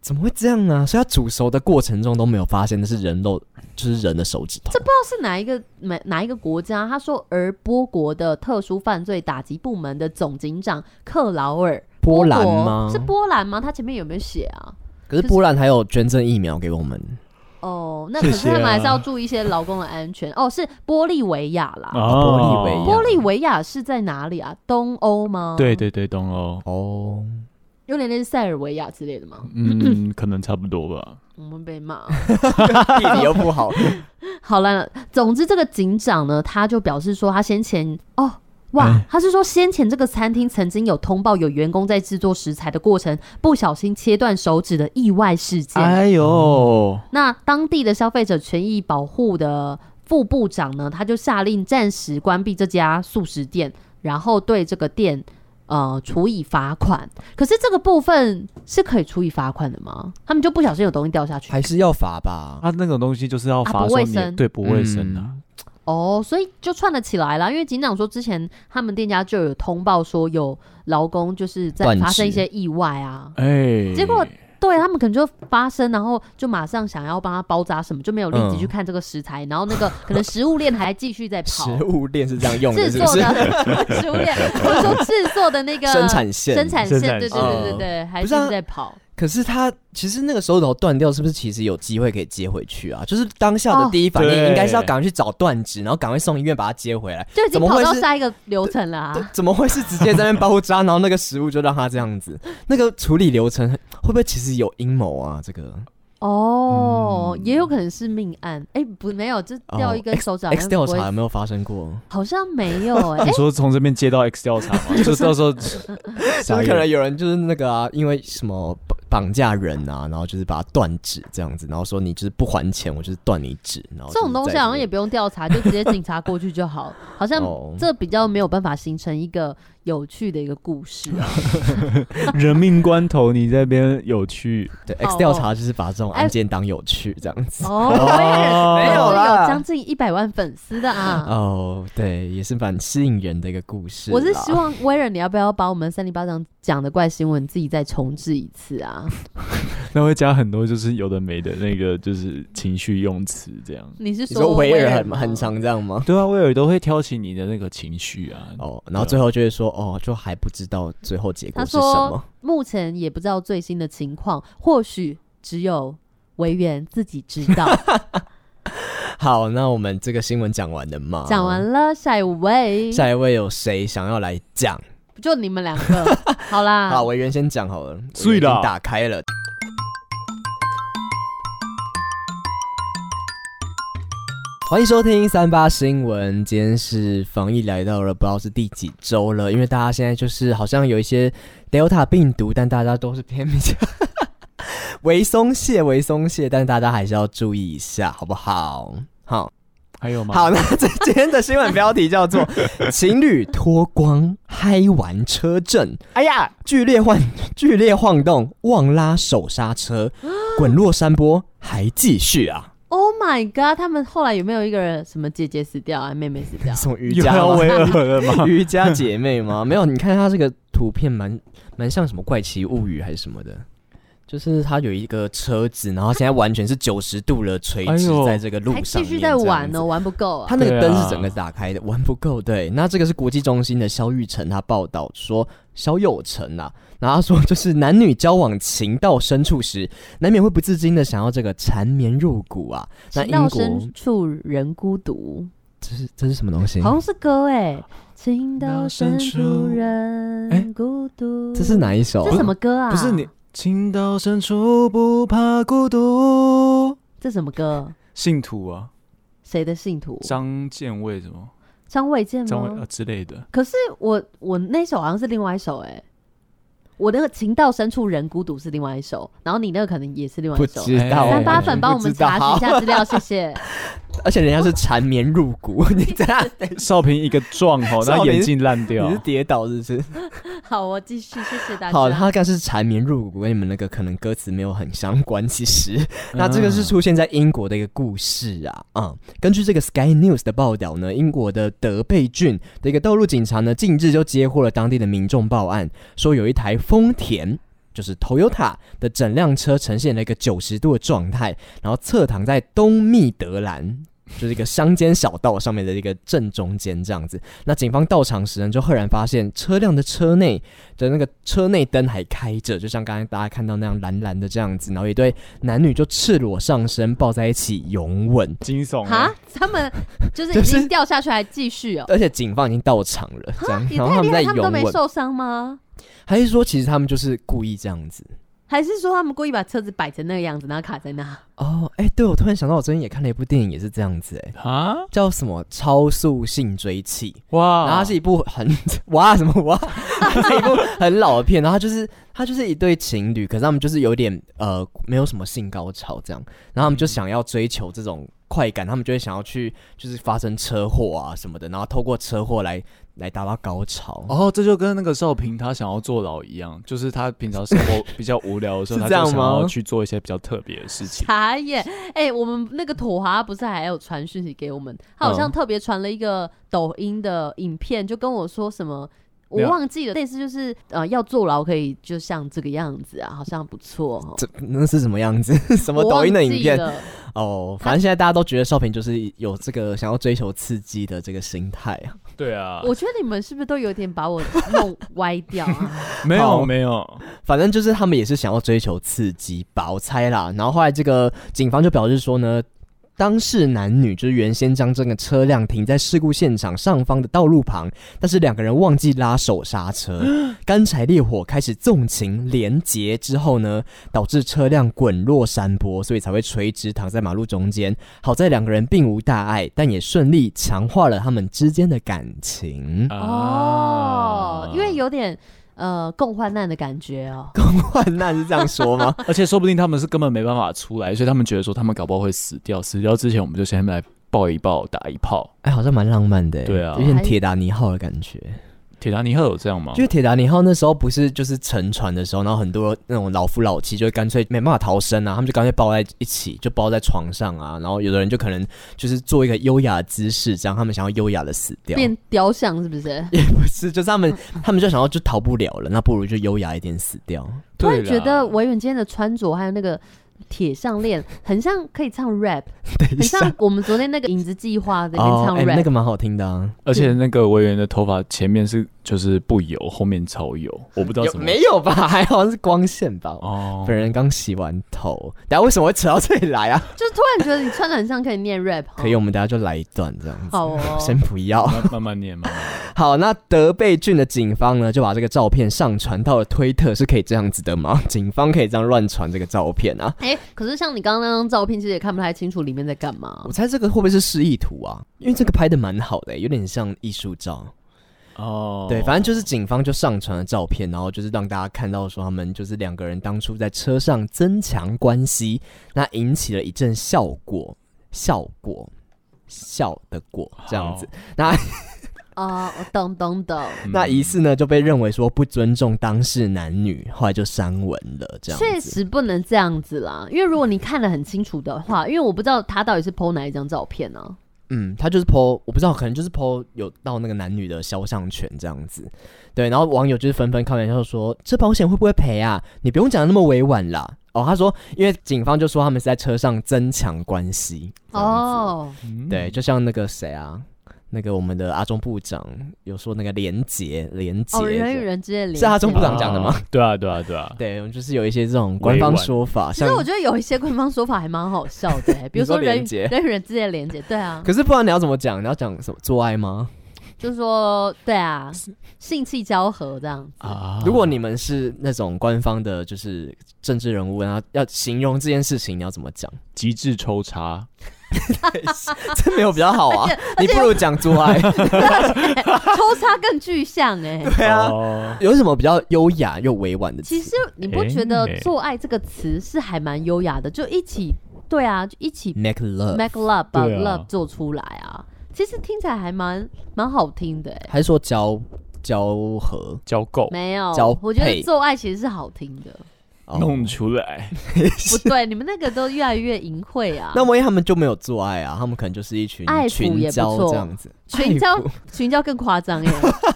B: 怎么会这样啊呢？所以它煮熟的过程中都没有发现那是人肉，就是人的手指头。
A: 不知道是哪一个哪哪一个国家，他说，而波国的特殊犯罪打击部门的总警长克劳尔，
B: 波兰
A: 国
B: 吗
A: 是波兰吗？他前面有没有写啊？
B: 可是波兰还有捐赠疫苗给我们，
A: 哦，那
C: 谢
A: 可
C: 谢
A: 是他们还是
C: 啊
A: 要注意一些劳工的安全。哦，是玻利维亚啦。
C: 啊哦
B: 玻利维亚
A: 玻利维亚是在哪里啊？东欧吗？
C: 对，对对，东欧，
B: 哦，
A: 有点类似塞尔维亚之类的吗？
C: 嗯，可能差不多吧。
A: 我们被骂。 <laughs>
B: 地理又不好，
A: 好了，总之这个警长呢，他就表示说，他先前哦。哇
B: 哎，
A: 他是说先前这个餐厅曾经有通报有员工在制作食材的过程不小心切断手指的意外事件。
C: 哎呦，
A: 那当地的消费者权益保护的副部长呢，他就下令暂时关闭这家素食店，然后对这个店呃处以罚款。可是这个部分是可以处以罚款的吗？他们就不小心有东西掉下
B: <laughs>
A: 去
B: 还是要罚吧？
C: 它那种东西就是要
A: 啊
C: 罚
A: 不
C: 说
A: 卫
C: 你
A: 生
C: 对不卫生啊。
A: 哦，所以就串得起来了。因为警长说之前他们店家就有通报说有劳工就是在
B: 断
A: 发生一
B: 指
A: 些意外啊。
C: 哎，
A: 结果对他们可能就发生，然后就马上想要帮他包扎什么，就没有立即去看这个食材，然后那个可能食物链还继续在 <laughs> 跑。
B: 食物链是这样用的，
A: 制
B: 是不
A: 作
B: 是？
A: 的 <laughs> 食
B: <laughs>
A: 物链，我说制作的那个
B: 生产线
A: 生产
C: 生
A: 线，
C: 产
A: 对对
B: 线
A: 对对对，还
B: 不
A: 是
B: 是啊
A: 在跑。
B: 可是他其实那个手指头断掉，是不是其实有机会可以接回去啊？就是当下
A: 哦
B: 的第一反应
C: 对
B: 应该是要赶快去找断指，然后赶快送医院把它接回来。
A: 就已经
B: 怎么
A: 跑
B: 会
A: 到
B: 是
A: 下一个流程了啊
B: 对！怎么会是直接在那边包扎，然后那个食物就让它这样子？那个处理流程会不会其实有阴谋啊？这个
A: 哦，
C: 嗯
A: 也有可能是命案。哎，不，没有，就掉一
B: 哦
A: 根手掌。
B: X 调
A: 不会
B: 查有没有发生过？
A: 好像
B: <laughs>
A: 没有哎、
C: 你
A: 欸，
C: 说从这边接到 X 调查嘛， <laughs> 就到时
B: <laughs>
C: 候
B: 怎么
C: 怎
B: 可能有人就是那个啊？因为什么绑绑架人啊，然后就是把他断指这样子，然后说你就是不还钱，我就是断你指。然后
A: 这种东西好像也
B: 就是
A: 不用调查，就直接警察过去就好。好像
B: 哦
A: 这比较没有办法形成一个有趣的一个故事啊。
C: 人命关头，你这边有趣
B: 在这边对
A: 哦
B: X 调查就是把这种案件当有趣这样子。
A: 哦，
C: 没
B: 有
A: 是
B: 啦
A: 有将近一百万粉丝的啊。
B: 哦，对，也是蛮吸引人的一个故事啦。
A: 我是希望威尔，你要不要把我们三零八章讲的怪新闻自己再重置一次啊？
C: 那会加很多就是有的没的那个就是情绪用词这样。
A: 你是
B: 你说
A: 威
B: 威尔很
A: 吗
B: 很长这样吗？
C: 对啊，威尔都会挑起你的那个情绪啊。
B: 哦，然后最后就会说，哦，就还不知道最后结果
A: 他
B: 是什么
A: 说。目前也不知道最新的情况，或许只有维园自己知
B: <laughs>
A: 道。
B: 好，那我们这个新闻讲完了吗？
A: 讲完。了，下一位，
B: 下一位有谁想要来讲？
A: 就你们两个，好
B: <laughs>
A: 啦，
B: 好，委员先讲好了。
C: 醉了
B: 我已经打开了。欢迎收听三八新闻，今天是防疫来到了不知道是第几周了，因为大家现在就是好像有一些 Delta 病毒，但大家都是偏比较 <laughs> 微松懈、微松懈，但大家还是要注意一下，好不好？好，
C: 还有吗？
B: 好，那这今天的新闻标题叫做“情侣脱光嗨玩车震”，哎呀，剧烈晃 <laughs> 剧烈晃动，忘拉手刹车，滚落山坡还继续啊！？
A: Oh my god！他们后来有没有一个人什么姐姐死掉啊，妹妹死掉
B: 送瑜
C: 又
B: 伽
C: 要
B: 吗？
C: 威尔了吗
B: 瑜伽姐妹吗？没有，你看它这个图片蛮蛮像什么怪奇物语还是什么的。就是它有一个车子，然后现在完全是九十度了垂
C: 哎
B: 直
C: 呦
B: 在这个 <laughs> 路
A: 还
B: 上，
A: 继续在玩哦，玩不够啊
B: 它！那个
C: 对
B: 灯
C: 啊
B: 是整个打开的，玩不够。对，那这个是国际中心的肖玉成，他报道说，肖友成啊，然后他说就是男女交往情到深处时，难免会不自禁的想要这个缠绵入骨啊。那英
A: 情到
B: 国嗯
A: 深处人孤独，
B: 这是这是什么东西
A: 好？像是歌哎、情到
C: 到
A: 深
C: 深
A: 处
C: 处
A: 人
C: 哎
A: 孤独。
B: 这是？哪一首
A: 这
B: 啊？
A: 什么歌啊？
C: <laughs> 不是你，，情到深处不怕孤独。
A: 这什么歌？
C: 信徒啊，
A: 谁的信徒？
C: 张建卫什么
A: 张卫健
C: 张卫
A: 吗
B: 呃
C: 啊？之类的。
A: 可是我我那首好像是另外一首哎、我那个情到深处人孤独是另外一首，然后你那个可能也是另外
B: 不
A: 一首。啊
B: 知道。
C: 哎
A: 三八
B: 完全
A: 粉帮我
B: 不
A: 们
B: 知道
A: 查询一，下资料，谢谢。
B: <laughs> 而且人家是缠绵入骨，你在
C: 少平一个撞吼，
B: 少
C: 那
B: 平
C: 眼镜烂掉
B: 你是。跌倒是不是？
A: 好，我继续，谢谢大家。
B: 好，它大概是缠绵入骨，跟你们那个可能歌词没有很相关。其实，那这个是出现在英国的一个故事啊，嗯，根据这个 Sky News 的报道呢，英国的德贝郡的一个道路警察呢，近日就接获了当地的民众报案，说有一台丰田。就是 Toyota 的整辆车呈现了一个九十度的状态，然后侧躺在东密德兰，就是一个乡间小道上面的一个正中间这样子。那警方到场时呢，就赫然发现车辆的车内的那个车内灯还开着，就像刚才大家看到那样蓝蓝的这样子，然后一对男女就赤裸上身抱在一起拥吻，
C: 惊悚欸
A: 哈，他们就是已
B: 就是
A: 经掉下去还继续
B: <laughs>
A: 哦、
B: 而且警方已经到场了，这样，
A: 啊也
B: 然后
A: 太
B: 他
A: 厉
B: 们
A: 害，
B: 在
A: 他们都
B: 拥
A: 没
B: 吻，
A: 受伤吗？
B: 还是说其实他们就是故意这样子？
A: 还是说他们故意把车子摆成那个样子，然后卡在那？
B: 哦，哎、对我突然想到，我最近也看了一部电影，也是这样子、哎，
C: 啊！
B: 叫什么《超速性追妻》。
A: 哦
C: 哇，
B: 然后它是一部很 <laughs> 哇什么哇， <laughs> 它是一部很老的片，然后它就是它就是一对情侣，可是他们就是有点呃没有什么性高潮这样，然后他们就
A: 嗯
B: 想要追求这种快感，他们就会想要去就是发生车祸啊什么的，然后透过车祸来来达到高潮。
C: 哦，这就跟那个少平他想要坐牢一样，就是他平常生活比较无聊的时候，
B: <laughs> 是
C: 他
B: 这样
C: 就想要
B: 吗
C: 去做一些比较特别的事情。
A: 茶叶，哎、我们那个妥华不是还有传讯息给我们，他好像
B: 嗯
A: 特别传了一个抖音的影片，就跟我说什么。我
C: 没有
A: 忘记了，类似就是呃，要坐牢可以就像这个样子啊，好像不错哦。
B: 这那是什么样子？ <laughs> 什么
A: 我
B: 抖音的
A: 忘记
B: 影片？
A: 了
B: 哦，反正现在大家都觉得少平就是有这个想要追求刺激的这个心态啊。
C: <laughs> 对啊，
A: 我觉得你们是不是都有点把我弄歪掉啊？
B: <laughs>
C: 没
B: 好
C: 有没有，
B: 反正就是他们也是想要追求刺激吧，我猜啦。然后后来这个警方就表示说呢，当事男女就是原先将这个车辆停在事故现场上方的道路旁，但是两个人忘记拉手刹车，干柴烈火开始纵情连结之后呢，导致车辆滚落山坡，所以才会垂直躺在马路中间。好在两个人并无大碍，但也顺利强化了他们之间的感
C: <laughs>
B: 情。
A: 哦
C: 啊，
B: 哦
A: 因为有点呃共患难的感觉哦。
B: 患难是这样说吗？
C: 而且说不定他们是根本没办法出来，所以他们觉得说他们搞不好会死掉，死掉之前我们就先来抱一抱，打一炮。
B: 哎，好像蛮浪漫的欸，
C: 对啊
B: 有点铁达尼号的感觉。
C: 铁达尼号有这样吗
B: 就？是铁达尼号那时候不是就是沉船的时候，然后很多那种老夫老妻就干脆没办法逃生啊，他们就干脆抱在一起，就抱在床上啊，然后有的人就可能就是做一个优雅的姿势，这样他们想要优雅的死掉，
A: 变嗯雕像是不是？
B: 也不是，就是他们他们就想要就逃不了了，那不如就优雅一点死掉。
A: 突
C: 对
A: 然
C: 啦
A: 觉得维远今天的穿着还有那个铁项链，很像可以唱 rap，
B: 等一
A: 很
B: 下
A: 像，我们昨天那个影子计划的边
B: 哦，
A: 唱
B: 哎、
A: rap。
B: 那个蛮好听的啊，
C: 而且那个维园的头发前面是就是不油，后面超油，我不知道
B: 有
C: 怎么
B: 没有吧？还好像是光线吧。
C: 哦
B: 本。人刚洗完头，等下为什么会扯到这里来啊？
A: 就突然觉得你穿的很像可以念 rap，哦
B: <laughs> 可以，我们等下就来一段这样子。
A: 好哦。
B: 先不要。 <laughs>
C: 慢慢慢念，慢慢念。
B: 好，那德贝郡的警方呢，就把这个照片上传到了推特，是可以这样子的吗？ <laughs> 警方可以这样乱传这个照片啊？
A: 哎、可是像你刚刚那张照片，其实也看不太清楚里面在干嘛
B: 我。猜这个会不会是示意图啊？因为这个拍的蛮好的、有点像艺术照。
C: 哦，
B: 对，反正就是警方就上传了照片，然后就是让大家看到说他们就是两个人当初在车上增强关系，那引起了一阵效果，效果。笑的果这样子，
A: 哦，我懂懂懂。
C: 嗯
B: 那疑似呢就被认为说不尊重当事男女，后来就删文了。这样子
A: 确实不能这样子啦，因为如果你看得很清楚的话，因为我不知道他到底是 PO 哪一张照片啊呢、
B: 嗯，他就是 PO，我不知道，可能就是 PO 有到那个男女的肖像权这样子。对，然后网友就是纷纷开玩笑说：“这保险会不会赔啊？你不用讲得那么委婉啦。”哦，他说，因为警方就说他们是在车上增强关系。哦，
A: 哦，
C: 嗯
B: 对，就像那个谁啊，那个我们的阿中部长有说那个廉洁，廉洁
A: 哦，人与人之间的连
B: 是阿啊中
A: 接
B: 部长讲的吗？
C: 啊对啊，对啊，对啊。
B: 对，我们就是有一些这种官方
C: 委婉
B: 说法，
A: 其
B: 像
A: 实我觉得有一些官方说法还蛮好笑的、
B: <laughs>
A: 比如
B: 你说
A: 人
B: 连结
A: 人与人之间的连接，对啊，
B: 可是不然你要怎么讲？你要讲什么做爱吗？
A: 就是说对啊，性气交合这样子。
C: 啊
B: 如果你们是那种官方的，就是政治人物，然后要形容这件事情，你要怎么
C: <laughs>
B: 讲？ <laughs>
C: 极致抽查，
B: 这没有比较好
A: <laughs>
B: 啊，你不如讲做
C: <laughs>
B: 爱，
A: 抽插更具象哎、
B: <laughs> 对啊，
C: 哦，
B: 有什么比较优雅又委婉的词？
A: 其实你不觉得“做爱”这个词是还蛮优雅的，就一起对啊，就一起
B: make love，
A: make love 把
C: 对啊
A: love 做出来啊，其实听起来还蛮蛮好听的哎、
B: 还是说交交合，
C: 交够
A: 没有
B: 交，
A: 我觉得
B: 配
A: 做爱其实是好听
B: <laughs>
A: 的，
B: 哦
C: 弄出来，
A: 不对，你们那个都越来越淫秽啊。
B: 那万一他们就没有做爱啊？他们可能就是一群
A: 爱抚
B: 群
A: 也不
B: 交
A: 错
B: 这样子。
A: 群交
B: 爱抚，
A: 群交更夸张耶！欸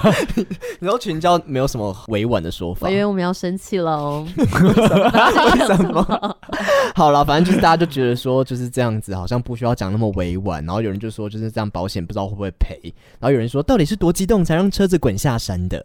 B: <laughs> 然后群交没有什么委婉的说法
A: 我以。为我们要生气了哦。
B: 什么？ <laughs> 好了，反正就是大家就觉得说就是这样子，好像不需要讲那么委婉。然后有人就说就是这样，保险不知道会不会赔。然后有人说到底是多激动才让车子滚下山的？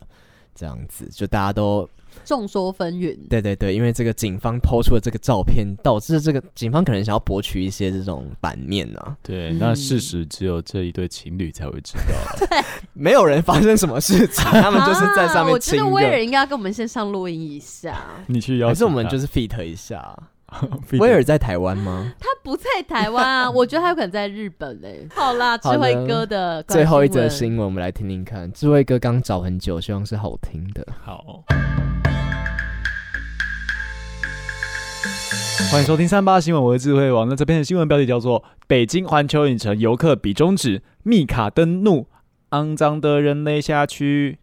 B: 这样子就大家都
A: <laughs> 众说纷纭，
B: 对对对，因为这个警方抛出了这个照片，导致这个警方可能想要博取一些这种版面啊。
C: 对，
A: 嗯
C: 那事实只有这一对情侣才会
B: <laughs>
C: 知道。
B: 没有人发生什么事情，他们就是在上
A: 啊
B: 面
A: 我觉
B: 亲
A: 得威尔
B: 热。
A: 应该要跟我们线上录音一下。
C: 你去邀
B: 还
C: 请他，
B: 是我们就是 fit 一下啊？
C: 必
B: 威
C: 得
B: 尔在台湾吗？
A: 他不在台湾 <laughs> 啊，我觉得他有可能在日本嘞。好啦，智
B: 好的
A: 慧哥的关
B: 最后一则
A: 闻
B: 新闻，我们来听听看。智慧哥刚找很久，希望是好听的。
C: 好。欢迎收听三八新闻，我是智慧王。那这篇的新闻标题叫做《北京环球影城游客比中指，密卡登怒，肮脏的人类下
B: 嗯
C: 去》，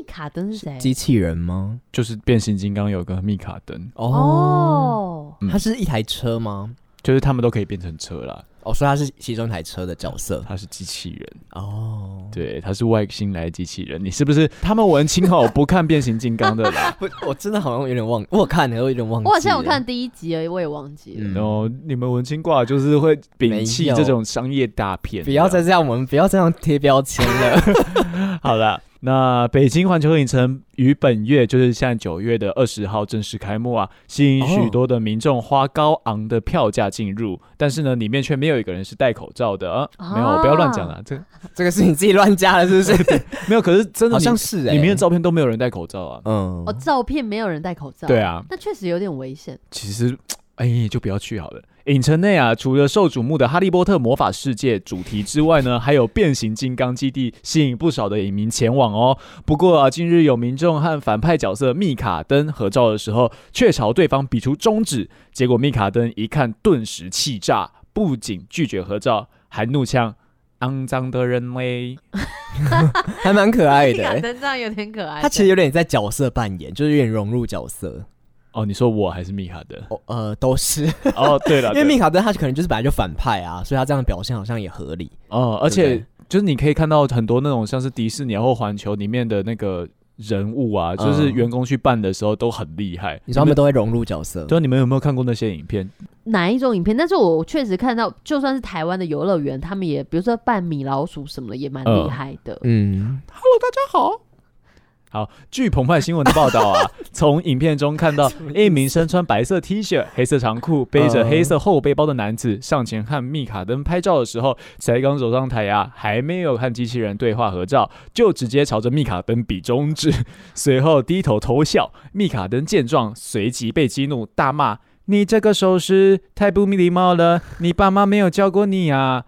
A: 密卡登是谁？
B: 机器人吗？
C: 就是变形金刚有个密卡登，
B: 哦，
A: 哦，
B: 它是一台车吗？
C: 就是他们都可以变成车啦。
B: 哦，所以它是其中一台车的角色。
C: 他是机器人，
B: 哦，
C: 对，他是外星来的机器人。你是不是他们文青好不看变形金刚的啦？
B: 不，哦我真的好像有点忘，我有看，我有点忘记了。
A: 我好像有看第一集而已，我也忘记
B: <laughs>
A: 了。
B: 嗯
C: 然后你们文青挂就是会摒弃
B: 没有
C: 这种商业大片，
B: 不要
C: 这样
B: 再这样，我们不要这样贴标签了。
C: 好了，那北京环球影城于本月，就是现在九月的二十号正式开幕啊，吸引
B: 哦
C: 许多的民众花高昂的票价进入，但是呢，里面却没有一个人是戴口罩的啊，
A: 啊
C: 没有，不要乱讲啦，这
B: 这个是你自己乱加的，是不是？
C: 没有，可是真的
B: 好像
C: 你
B: 是哎，
C: 里面的照片都没有人戴口罩啊，
B: 嗯
A: 哦，，照片没有人戴口罩。
C: 对，啊，
A: 那确实有点危险。
C: 其实，哎，就不要去好了。影城内啊，除了受瞩目的《哈利波特魔法世界》主题之外呢，还有变形金刚基地，吸引不少的影迷前往哦。不过啊，近日有民众和反派角色密卡登合照的时候，却朝对方比出中指，结果密卡登一看，顿时气炸，不仅拒绝合照，还怒呛：“肮脏的人嘞
B: 还蛮可爱
A: 密
B: 的
A: 卡 <laughs>
B: 欸。
A: 登这样有点可爱。
B: 他其实有点在角色扮演，就是有点融入角色。！”
C: 哦，你说我还是密卡登？
B: 哦，呃，都是，
C: 哦，对了，
B: 因为
C: 对
B: 密卡登他可能就是本来就反派啊，所以他这样表现好像也合理。
C: 哦，
B: 对
C: 而且
B: 不
C: 就是你可以看到很多那种像是迪士尼啊或环球里面的那个人物啊，就是
B: 嗯
C: 员工去办的时候都很厉害。
B: 你说他们都会融入角色
C: 你们，对啊，你们有没有看过那些影片？
A: 哪一种影片？但是我确实看到，就算是台湾的游乐园，他们也比如说扮米老鼠什么的，也蛮
C: 嗯
A: 厉害的。
B: 嗯，
C: 好，据澎湃新闻的报道啊，从影片中
B: <laughs>
C: 看到一名身穿白色 T 恤、黑色长裤、背着黑色后背包的男子上前和密卡登拍照的时候，才刚走上台啊，还没有和机器人对话合照，就直接朝着密卡登比中指，随后低头偷笑。密卡登见状，随即被激怒，大骂：“你这个手势太不礼貌了，你爸妈没有教过你 <laughs> 啊！”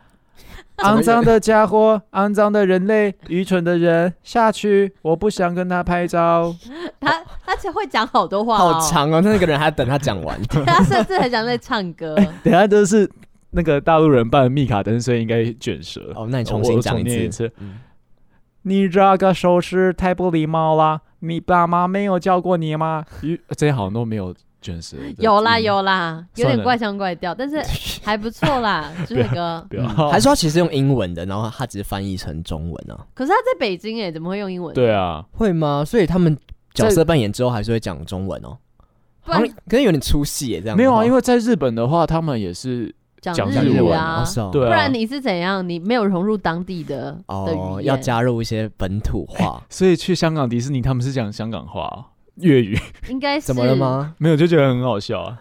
B: 么
C: 肮脏的家伙，肮脏的人类，愚蠢的人，下去！我不想跟他拍照。
A: 他他其实会讲好多话、哦，
B: 好。长哦，那个人还等他讲完。
A: <laughs> 他甚至很想在唱歌。
C: <laughs> 等一下都是那个大陆人扮密卡登，所以应该卷 <laughs> 舌。
B: 哦，那你重新讲
C: 我我重念
B: 一
C: 一
B: 次。
C: 次。
B: 嗯
C: 你这个手势太不礼貌啦！你爸妈没有教过你 <laughs> 吗？愚，这些好像都没有卷舌。
A: 有啦
C: 嗯。
A: 有啦，有
C: 算
A: 点
C: 了
A: 怪腔怪调，但是还不错啦，
B: <laughs> 啊
A: 智慧哥。
C: <laughs> 不要，
B: 嗯
C: <laughs>
B: 还说他其实用英文的，然后他只是翻译成中文啊？
A: 可是他在北京哎，怎么会用英文？，
C: 对啊，
B: 会吗？所以他们角色扮演之后还是会讲中文哦。
A: 不
B: 好像
A: 然
B: 可能有点出戏耶，这样
C: 没有啊，因
B: 为
C: 为在日本的话，他们也是
A: 讲
C: 讲
B: 讲
A: 语
C: 文
A: 啊
B: 哦，是哦
C: 对啊
A: 不然你是怎样？你没有融入当地的的
B: 哦，哎
A: 语
B: 要
A: 言，
B: 加入一些本土化，
C: 所以去香港迪士尼，他们是讲香港话哦、粤语， <laughs>
A: 应该是
B: 怎么了？吗？
C: 没有就觉得很好笑啊。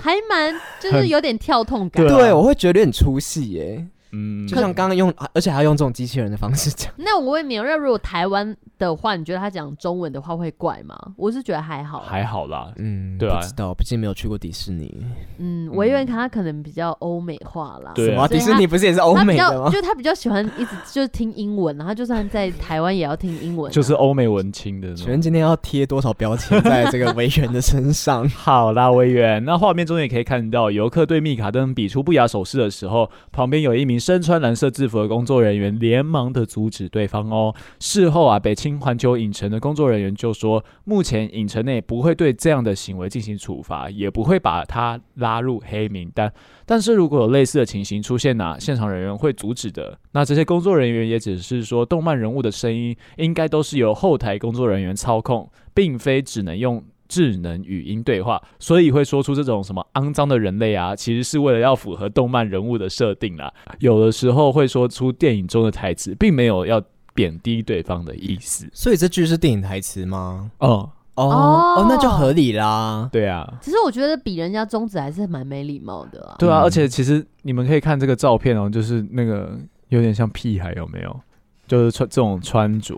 A: 还蛮就是
C: 很
A: 有点跳痛感。
C: 对啊
B: 对，我会觉得有点出戏耶，
C: 嗯，
B: 就像刚刚用，啊而且还要用这种机器人的方式讲。
A: 那我问你，那如果台湾的话，你觉得他讲中文的话会怪吗？我是觉得还好，
C: 还好啦，
B: <laughs> 嗯，
C: 对啊
B: 不知道，毕竟没有去过迪士尼。
A: 嗯，我因为他可能比较欧美化啦，
C: 对啊嗯
B: 什么啊迪
A: 所以
B: 士
A: 他
B: 尼不是也是欧
A: 他比
B: 美
A: 较
B: 的吗
A: 就？是他比较喜欢一直就是听英文，然后就算在台湾也要听英文啊，
C: 就是欧美文青的那
B: 请
C: 种。
B: 问今天要贴多少标签在这个维园的身上？
C: <laughs> 好啦，委员，那画面中也可以看到，游客对密卡登比出不雅手势的时候，旁边有一名身穿蓝色制服的工作人员连忙的阻止对方哦。事后啊，北青环球影城的工作人员就说，目前影城内不会对这样的行为进行处罚，也不会把他拉入黑名单。但是如果有类似的情形出现呢、现场人员会阻止的。那这些工作人员也只是说，动漫人物的声音应该都是由后台工作人员操控，并非只能用。智能语音对话，所以会说出这种什么肮脏的人类啊，其实是为了要符合动漫人物的设定啦。有的时候会说出电影中的台词，并没有要贬低对方的意思。
B: 所以这句是电影台词吗？
C: 哦，
B: 哦
A: 哦
B: 哦，那就合理啦。
C: 对啊，
A: 其实我觉得比人家中指还是蛮没礼貌的啊。
C: 对啊，
B: 嗯
C: 而且其实你们可以看这个照片哦，就是那个有点像屁孩，有没有？就是穿这种穿着，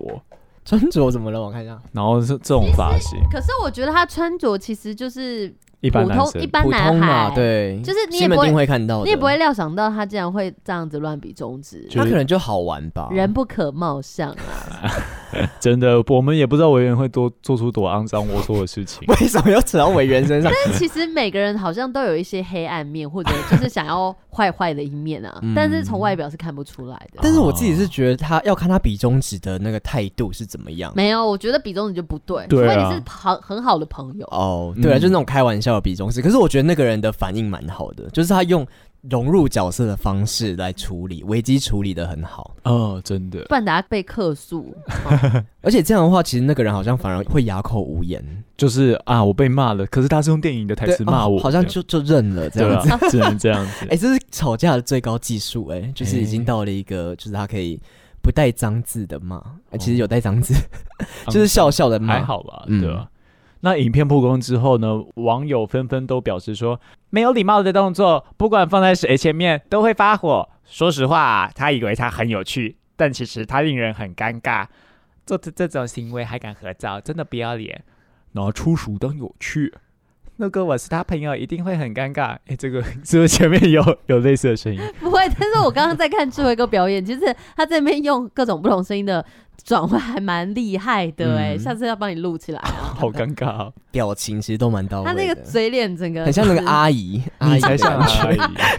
B: 穿着怎么了？我看一下，
C: 然后是这种发型，
A: 可是我觉得他穿着其实就是
C: 一般
A: 普
C: 男
A: 通
C: 生
A: 一般
B: 普
A: 男
B: 通嘛，
A: 孩，，
B: 对，
A: 就是你也
B: 新
A: 不
B: 闻
A: 会
B: 一定会看到的，
A: 你也不会料想到他竟然会这样子乱比中指。
C: 就
B: 他可能就啊好玩吧。。
A: 人不可貌相啊！
C: 真的，我们也不知道委员会多做出多肮脏龌龊的事情
B: 为什么要扯到委员身 <laughs> 上？
A: 但其实每个人好像都有一些黑暗面，或者 <laughs> 就是想要坏坏的一面啊。
B: 嗯
A: 但是从外表是看不出来的。
B: 但是我自己是觉得他要看他比中指的那个态度是怎么样。
A: 没有，我觉得比中指就不对，除
C: 对
A: 非
C: 啊
A: 你是好很好的朋友。
B: 哦，对啊，
C: 嗯
B: 就是那种开玩笑的比中指。可是我觉得那个人的反应蛮好的，就是他用融入角色的方式来处理危机，处理的很好。
C: <laughs> 哦，真的，
A: 不然大家被客诉， <laughs>
B: 而且这样的话，其实那个人好像反而会哑口无言，
C: 就是啊，我被骂了，可是他是用电影的台
B: 对
C: 词骂
B: 哦
C: 我，
B: 好像就就认了这
C: 对
B: 样子。
C: 啊，
B: <laughs>
C: 只能这样子
B: 哎、。这是吵架的最高技术，哎，就是已经
C: 哎
B: 到了一个，就是他可以不带脏字的骂、哎其实有带脏字，就是笑笑的骂。
C: 哦还，好吧，
B: 嗯
C: 对吧、那影片曝光之后呢，网友纷纷都表示说，没有礼貌的动作，不管放在谁前面都会发火。说实话、他以为他很有趣，但其实他令人很尴尬。做这这种行为还敢合照，真的不要脸！拿粗俗当有趣。如果我是他朋友，一定会很尴尬。哎，这个 <laughs> 是不是前面有有类似的声音？
A: 不会。但是我刚刚在看智慧哥表演，其实他这边用各种不同声音的转换还蛮厉害的哎、
B: 嗯
A: 下次要帮你录起来啊。
C: 好尴尬、哦，
B: 表情其实都蛮到位
A: 他
B: 的。
A: 那个嘴脸整个
B: 很像那个
A: <laughs> 就是，
B: 阿
C: <laughs>
B: 姨，阿姨
C: 才像
B: 的感觉
C: 阿姨。
B: <laughs>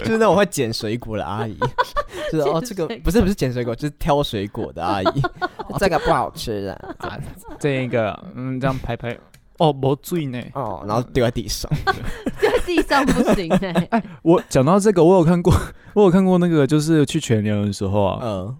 B: 就是那种会捡水果的 <laughs> 阿姨，就是哦，
A: 捡
B: 这个
A: 水
B: 不是不是捡水果，就是挑水果的阿姨， <laughs> 这个不好吃的
C: 啊 <laughs> 这个，嗯，这样拍拍，哦，没醉呢。
B: <laughs> 哦，然后丢在地上，
A: 在地上不行哎、
B: <laughs>
C: 我讲到这个，我有看过， <laughs> 我有看过那个，就是去全联的时候啊，
B: 嗯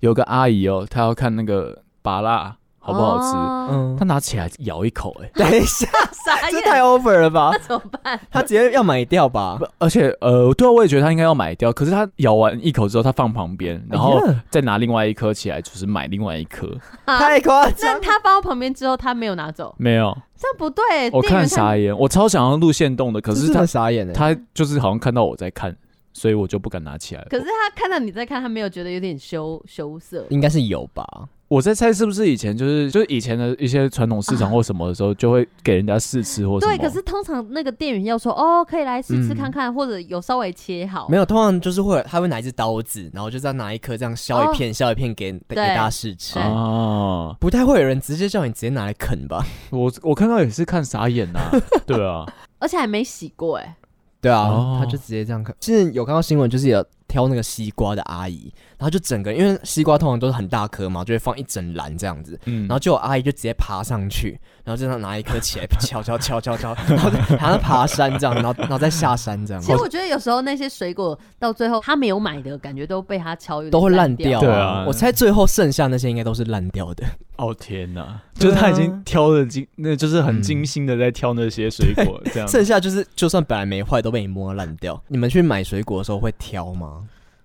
C: 有个阿姨哦，她要看那个拔辣好不好吃，
A: 哦、
B: 嗯
C: 她，拿起来咬一口、欸，
B: 等一下，
A: 傻
B: 这
A: 眼，
B: 太 over 了吧 <laughs>
A: 那？怎么办？
B: 他直接要买掉吧？
C: 而且呃，对啊，我也觉得她应该要买掉，可是她咬完一口之后，她放旁边，然后
B: 哎呀
C: 再拿另外一颗起来，就是买另外
B: <laughs>
C: 一颗，
B: 太夸
A: 那
B: 张，
A: 他放到旁边之后，他没有拿走，
C: 没有，
A: 这样不对。
C: 我
A: 店员
C: 哎看傻眼，我超想要录线动的，可是
B: 这真
C: 她
B: 的傻眼哎，
C: 她就是好像看到我在看，所以我就不敢拿起来了。
A: 可是他看到你在看，他没有觉得有点羞羞涩。
B: 应该是有吧？
C: 我在猜是不是以前就是就是以前的一些传统
B: 啊
C: 市场或什么的时候，就会给人家试吃或什
A: 对，
C: 么。
A: 可是通常那个店员要说哦，可以来试吃看看，或者有稍微切好。
B: 嗯没
A: 有，
B: 有，通常就是会他会拿一只刀子，然后就这样拿一颗这样削一片削一片给给大家试吃
A: 哦对，
C: 啊，
B: 不太会有人直接叫你直接拿来啃吧？
C: 我我看到也是看傻
B: <laughs>
C: 眼呐、对啊，
A: 而且还没洗过哎、
B: 对啊，
C: 哦
B: 他就直接这样看。之前有看到新闻，就是有挑那个西瓜的阿姨，然后就整个因为西瓜通常都是很大颗嘛，就会放一整篮这样子。
C: 嗯
B: 然后就有阿姨就直接爬上去，然后就这样拿一颗起来 <laughs> 敲敲敲敲敲，然后就好像爬山这样，然后然后再下山这样
A: 其，实我觉得有时候那些水果到最后他没有买的感觉都被他敲，有点
B: 都会烂
A: 烂
B: 掉、
C: 对啊
B: 我猜最后剩下那些应该都是烂掉的。
C: 哦天呐，
B: 对
C: 就
B: 啊
C: 是他已经挑的精，那就是很精心的在挑那些水果，
B: <laughs>
C: 这样
B: 剩下就是就算本来没坏都被你摸烂掉。你们去买水果的时候会挑吗？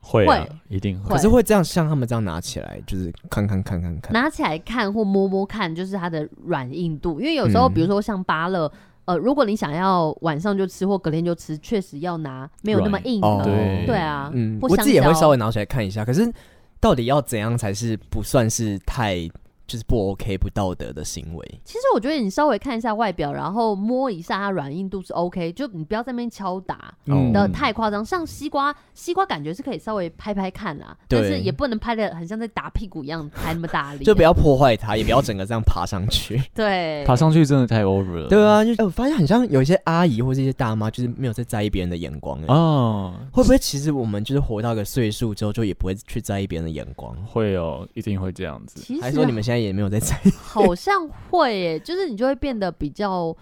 C: 会啊
A: 会，
C: 一定会
A: 会
B: 可是会这样像他们这样拿起来，就是看看看看看。
A: 拿起来看或摸摸看，就是它的软硬度。因为有时候，
B: 嗯
A: 比如说像芭乐，呃，如果你想要晚上就吃或隔天就吃，确实要拿没有那么
C: 软
A: 硬
B: 哦
A: 的。
C: 对
A: 对啊，
B: 嗯，
A: 或
B: 我自己也
A: 香
B: 会
A: 蕉
B: 稍微拿起来看一下，可是到底要怎样才是不算是太就是不 OK 不道德的行为。
A: 其实我觉得你稍微看一下外表，然后摸一下它软硬度是 OK，就你不要在那边敲打
C: 嗯
A: 的太夸张。像西瓜，西瓜感觉是可以稍微拍拍看啦，但是
B: 对
A: 也不能拍的很像在打屁股一样拍那么大力，
B: 就不要破坏它，也不要整个这样爬上去。
A: 对
C: 爬上去真的太 over
B: <laughs>
C: 了。
B: 对啊，就、哎我发现很像有一些阿姨或是一些大妈，就是没有在在意别人的眼 <laughs> 光、欸。
C: 啊，
B: 会不会其实我们就是活到一个岁数之后，就也不会去在意别人的眼光？
C: 会哦，一定会这样子。
A: 其
B: 还是说你
A: 实
B: 们现在也没有在在意？
A: 好像会耶，就是你就会变得比较，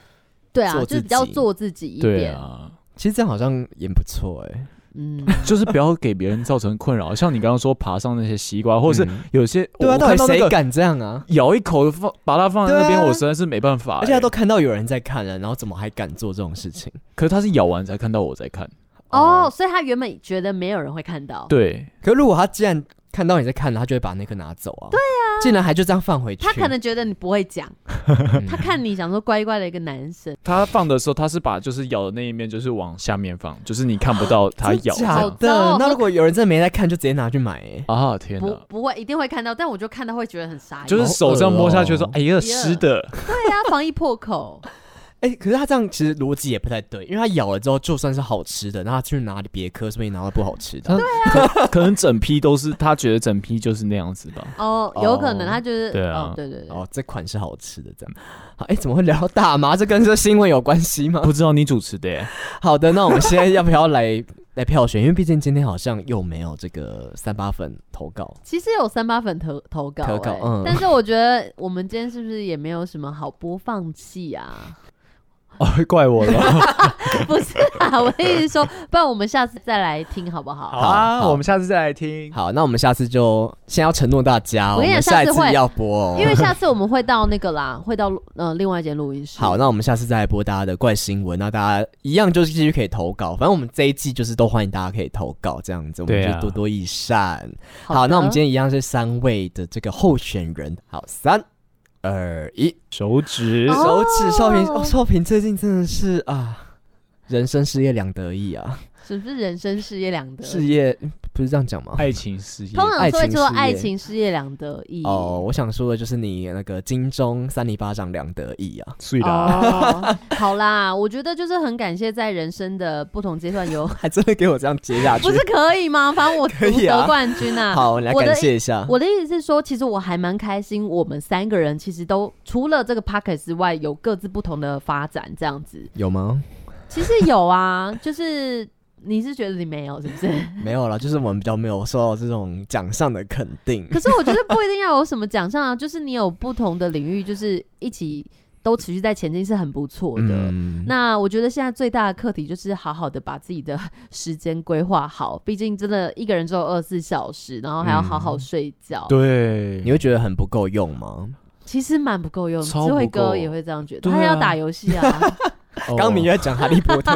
A: 对啊，
B: 做
A: 就
B: 自
A: 是比较
B: 己
A: 做自己一
C: 对
A: 点，
C: 啊，
B: 其实这样好像也不错哎、
A: 嗯，
C: 就是不要给别人造成困扰。像你刚刚说爬上那些西瓜，或者是
B: 嗯
C: 有些
B: 对啊，
C: 我
B: 到
C: 看
B: 底
C: 到
B: 谁
C: 那个
B: 敢这样啊？
C: 咬一口放把它放在那边，
B: 对啊
C: 我实在是没办法欸。
B: 而且他都看到有人在看了，然后怎么还敢做这种事情？
C: 可是他是咬完才看到我在看。
A: 哦，所以他原本觉得没有人会看
C: <laughs>
A: 到，
C: 对，
B: 可如果他既然看到你在看了，他就会把那个拿走啊。对啊，竟然还就这样放回去。
A: 他可能觉得你不会讲，
B: 嗯
A: 他看你想说乖乖的一个男生，
C: 他放的时候，他是把就是咬的那一面就是往下面放，就是你看不到他啊咬这
B: <gasps> 真假
C: 样。
A: 好糟
B: 的？
A: 哦
B: 那如果有人真的没在看，就直接拿去买、欸。
C: 啊天
A: 不哎
C: 哪！
A: 不会一定会看到，但我就看到会觉得很傻眼。
C: 就是手这样摸下去说
B: 好恶哦：“
C: 哎呀，湿的。
A: 对啊，防疫破口，
B: 哎、可是他这样其实逻辑也不太对，因为他咬了之后，就算是好吃的，那他去拿别颗，说不定拿到不好吃的。
C: 他可 <laughs> 可能整批都是他觉得整批就是那样子吧。
A: 哦，有可能他就是，
C: 对啊
A: 哦对 <laughs> 对对，
B: 哦，这款是好吃的，这样。好，哎、怎么会聊到大麻？这跟这新闻有关系吗？
C: 不知道你主持
B: <laughs>
C: 的耶，
B: 好的，那我们现在要不要来来票选？因为毕竟今天好像又没有这个三八粉投稿。
A: 其实有三八粉投投稿、欸，
B: 投稿嗯
A: 但是我觉得我们今天是不是也没有什么好播放器啊？ <laughs>
C: 哦，怪我了。
A: 不是啊，我的意思说，不然我们下次再来听好不好？
C: <laughs> 好啊，
B: 好
C: 我们下次再来听。
B: 好，那我们下次就先要承诺大家哦，
A: 我
B: 我
A: 跟你讲
B: 们下一
A: 下次会
B: 次要播哦。
A: 因为下次我们会到那
B: <laughs>
A: 个啦，会到呃另外一间录音室。
B: 好，
A: 的，
B: 那我们下次再来播大家的怪新闻，那大家一样就是继续可以投稿，反正我们这一季就是都欢迎大家可以投稿，这样子我们
C: 对啊
B: 就多多益善。好，那我们今
A: 天
B: 天一样是三位的这个候选人，好，三二一，
C: 手指
A: 哦
B: 手指少平，哦，少平最近真的是啊，人生事业两得意啊，
A: 是不是人生事业两得？
B: 事业嗯不是这样讲吗？
C: 爱情事业，
A: 通常都会说爱
B: 爱情事业
A: 情事业两得意。
B: 哦，我想说的就是你那个金钟三里巴掌两得意啊， <laughs>
C: 碎啦。
A: 哦， <laughs> 好啦，我觉得就是很感谢在人生的不同阶
B: <laughs>
A: 段有，
B: 还真的给我这样接下去
A: 不。是可以吗？反正我
B: 可
A: 独
B: 以啊
A: 得冠军啊。
B: 好，我们来
A: 我的
B: 感谢一下。
A: 我的意思是说，其实我还蛮开心，我们三个人其实都除了这个 p o c k e t 之外，有各自不同的发展，这样子。
B: 有吗？
A: 其实有啊，就是你是觉得你没有是不是？
B: 没有啦，就是我们比较没有受到这种奖项的肯定。
C: <laughs>
A: 可是我觉得不一定要有什么奖项啊， <laughs> 就是你有不同的领域，就是一起都持续在前进是很不错的。
B: 嗯，
A: 那我觉得现在最大的课题就是好好的把自己的时间规划好，毕竟真的一个人只有二十四小时，然后还要好好睡觉，
C: 对
B: 你，会觉得很不够用吗？
A: 其实蛮不够用。智
C: 超不
A: 慧
C: 够
A: 哥也会这样觉得，
C: 对啊
A: 他要打游戏
C: <laughs>
A: 啊，
C: 哦
B: 刚明月讲哈利波
A: <laughs>
B: 特，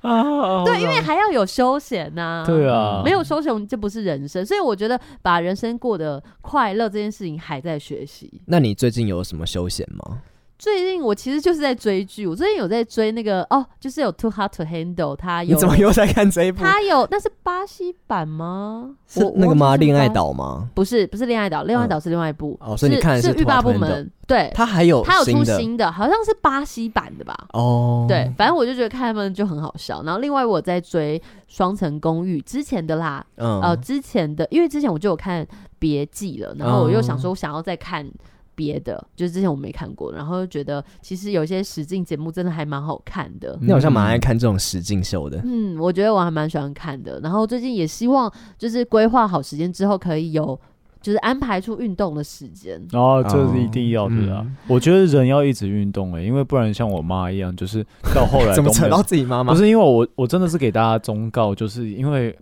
C: 啊，
A: 对，因为还要有休闲呐、
C: 对。啊，
A: 哦没有休闲，这不是人生，所以我觉得把人生过得快乐这件事情还在学习。
B: 那你最近有什么休闲吗？
A: 最近我其实就是在追剧，我最近有在追那个哦，就是有《Too Hard to Handle》，他
B: 你
A: 有
B: 怎么又在看这一部？
A: 他有那是巴西版吗？
B: 是
A: 我
B: 那个吗？
A: 我忘记是
B: 恋爱
A: 巴
B: 岛吗？
A: 不是，不是恋爱岛，恋爱岛是另外一部。
B: 哦所以你看的
A: 是
B: 是
A: 欲罢不
B: Too Hot to
A: 能，对，
B: 它还有
A: 它有出
B: 新的
A: 新的，好像是巴西版的吧。
B: 哦。
A: 对，，反正我就觉得看他们就很好笑。然后另外我在追《双层公寓》之前的啦，
B: 嗯，
A: 呃，之前的，因为之前我就有看《别记》了，然后我又
C: 嗯
A: 想说，我想要再看别的，就是之前我没看过，然后就觉得其实有些实境节目真的还蛮好看的。
B: 你好像蛮爱看这种实境秀的。
A: 嗯，我觉得我还蛮喜欢看的。然后最近也希望就是规划好时间之后，可以有就是安排出运动的时间。
C: 然后哦这是一定要的
B: 哦
C: 啊！
B: 嗯
C: 我觉得人要一直运动哎、因为不然像我妈一样，就是到后来
B: <laughs> 怎么
C: 都没
B: 扯
C: 有
B: 到自己妈妈？
C: 不是因为我我真的是给大家忠告，就是因为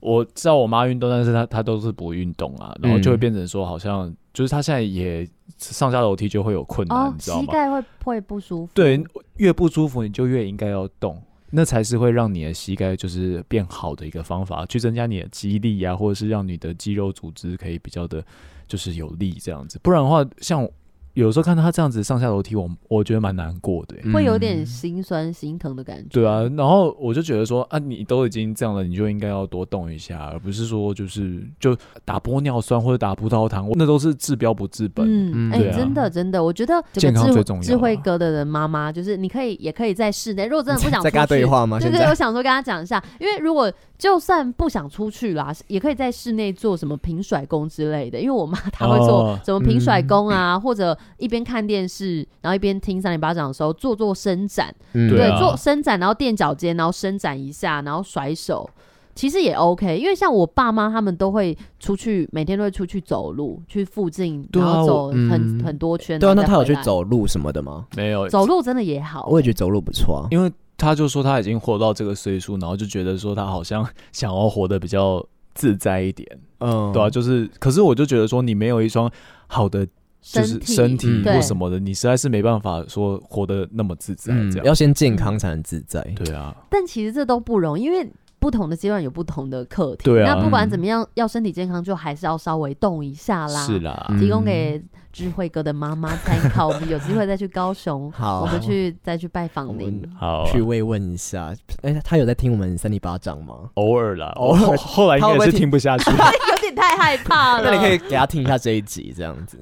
C: 我知道我妈运动，但是她她都是不运动啊，然后就
B: 嗯
C: 会变成说好像、就是她现在也上下楼梯就会有困难，
A: 哦，
C: 你知道
A: 膝
C: 吗？
A: 盖会会不舒服。
C: 对，越不舒服你就越应该要动，那才是会让你的膝盖就是变好的一个方法，去增加你的肌力啊，或者是让你的肌肉组织可以比较的，就是有力这样子。不然的话，像有时候看到他这样子上下楼梯，我我觉得蛮难过的欸、
A: 会有点心酸、心疼的感觉。
C: 对啊，然后我就觉得说啊，你都已经这样了，你就应该要多动一下，而不是说就是就打玻尿酸或者打葡萄糖，那都是治标不治本。
A: 嗯，
B: 嗯
A: 哎、
C: 对啊
A: 真的真的，我觉得这
C: 健
A: 个
C: 康
A: 智慧
C: 最重要啊
A: 智慧哥的人妈妈，就是你可以也可以在室内，如果真的不想
B: 在跟他
A: 出去
B: 对话吗？
A: 对
B: 现
A: 对，
B: 在
A: 我想说跟他讲一下，因为如果就算不想出去啦，也可以在室内做什么平甩功之类的。因为我妈她会做
C: 哦嗯
A: 什么平甩功啊，或者一边看电视，然后一边听三零八掌的时候做做伸展，
B: 嗯
C: 对啊
A: 做伸展，然后垫脚尖，然后伸展一下，然后甩手。其实也 OK，因为像我爸妈他们都会出去，每天都会出去走路，去附近
C: 对
A: 然
C: 啊
A: 后走很、
B: 嗯
A: 很多圈。
B: 对啊，
A: 然后
B: 那
A: 再
B: 他有
A: 回
B: 去
A: 来
B: 走路什么的吗？
C: 没有，
A: 走路真的也好，
B: 我也觉得走路不错啊。
C: 因为他就说他已经活到这个岁数，然后就觉得说他好像想要活得比较自在一点，
B: 嗯
C: 对啊，就是，可是我就觉得说你没有一双好的就是身体
B: 嗯
C: 或
A: 对
C: 什么的，你实在是没办法说活得那么自在
B: 嗯
C: 这，样。
B: 要先健康才能自在。
C: 对啊，
A: 但其实这都不容易，因为不同的阶段有不同的课题。
C: 对啊
A: 那
B: 嗯
A: 不管怎么样，要身体健康，就还是要稍微动一下啦。啊
C: 是啦，
B: 嗯
A: 提供给智慧哥的妈妈参考，我们有机会再去高
B: <laughs>
A: 雄，
B: 好，
A: 我们去再去拜访
B: 我
A: 您
B: 们。
C: 好啊
B: 去慰问一下。哎、他有在听我们三里巴掌吗？
C: 偶尔啦，
B: <laughs> 偶尔
C: 后来应该也是听不下去。
A: 有点太害怕了。
B: <laughs> 那你可以给他听一下这一集，这样
A: <laughs>
B: 子。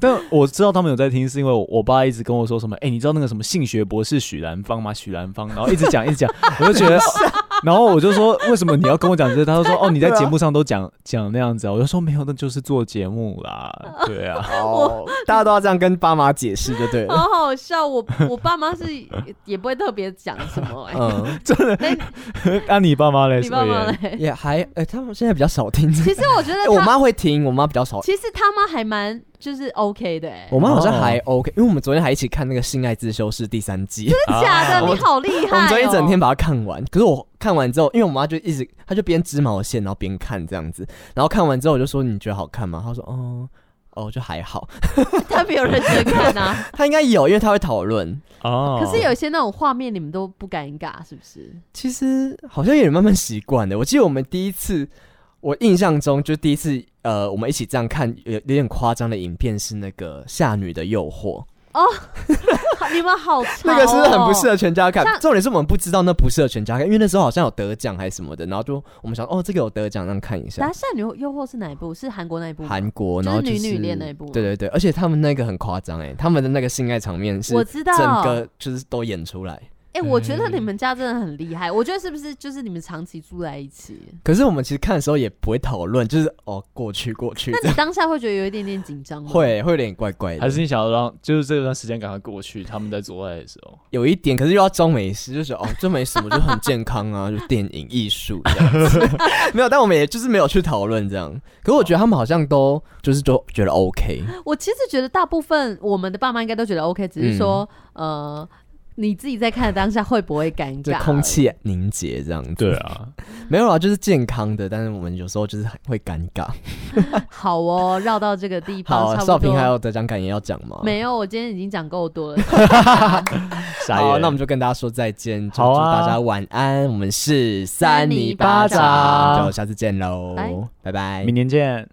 C: 但我知道他们有在听，是因为我爸一直跟我说什么，哎、你知道那个什么性学博士许兰芳吗？许兰芳，然后一直讲一直讲，我就觉得，然后我就说为什么你要跟我讲这些？他就说哦，你在节目上都讲讲那样子啊，我就说没有，那就是做节目啦，对
B: <laughs>
C: 啊，
B: 哦，大家都要这样跟爸妈解释就
A: <laughs>
B: 对了。
A: 好好笑，我我爸妈是也也不会特别讲什
C: <laughs>
A: 么、哎、
B: 嗯，
C: 那、啊你爸妈嘞？
A: 你爸妈
C: 什么
A: 嘞
C: 呃
A: <laughs>
C: 耶？？
B: 也还，哎、他们现在比较少听。
A: 其实我觉得
B: <laughs> 哎
A: 他，
B: 我妈会听，我妈比较少。
A: 其实他妈还蛮就是 OK 的、哎
B: 我妈好像还 OK，、因为我们昨天还一起看那个《性爱自修室》第三季，
C: 啊
A: 假的，
B: 我
A: 你好厉
B: 我
A: 害、哦 <laughs>
B: 们昨天一整天把它看完。可是我看完之后，因为我妈就一直，她就边织毛线，然后边看这样子。然后看完之后，我就说你觉得好看吗？她说哦哦，就还好。 <laughs>
A: 他没有认真看啊。
B: 她应该有，因为她会讨论。
C: 哦，
A: 可是有一些那种画面，你们都不尴尬，是不是？ <laughs>
B: 其实好像有点慢慢习惯的。我记得我们第一次，我印象中就第一次，呃，我们一起这样看有有点夸张的影片是那个《夏女的诱惑》
A: 你们好吵、哦，
B: 那个是不是很不适合全家看
A: 像。
B: 哦重点是我们不知道那不适合全家看，因为那时候好像有得奖还是什么的，然后就我们想，哦，这个有得奖，让看一下
A: 达。善女诱惑是哪一部？是韩国那一部吗？
B: 韩国，
A: 就是
B: 然后
A: 女女恋那一部吗
B: 对对对，而且他们那个很夸张哎，他们的那个性爱场面是
A: 我知道
B: 整个就是都演出来。
A: 哎、我觉得你们家真的很厉害。我觉得是不是就是你们长期住在一起？
B: 可是我们其实看的时候也不会讨论，就是哦，过去过去
A: 那
B: 这样，
A: 你当下会觉得有一点点紧张吗？。
B: 会会有点怪怪的。
C: 还是你想要让就是这段时间赶快过去，他们在做爱的时候，
B: 有一点，可是又要装没事，就觉得哦，这没什么，就很健康啊， <laughs> 就电影艺术这样子。 <laughs> 没有，但我们也就是没有去讨论这样。可是我觉得他们好像都就是都觉得 OK，
A: 我其实觉得大部分我们的爸妈应该都觉得 OK，只是说、
B: 嗯
A: 呃，你自己在看的当下会不会尴
B: 就
A: 尬？
B: 空。气凝结这样子。
C: 对，啊，
B: 没有啊，就是健康的，但是我们有时候就是会尴尬。
A: 好哦，绕到这个地方，
B: 好啊，
A: 差不
B: 少
A: 多。
B: 平还有得奖感言要讲吗？
A: 没有，我今天已经讲够多了。
C: <laughs> 傻
B: 好，啊
C: 眼。
B: 那我们就跟大家说再见，就
C: 好
B: 祝
C: 啊
B: 大家晚安。我们是
A: 三
B: 三
A: 尼
B: 尼
A: 巴
B: 巴
A: 掌
B: 掌，就下次见喽
A: 拜，
B: 拜拜
C: 明。年见。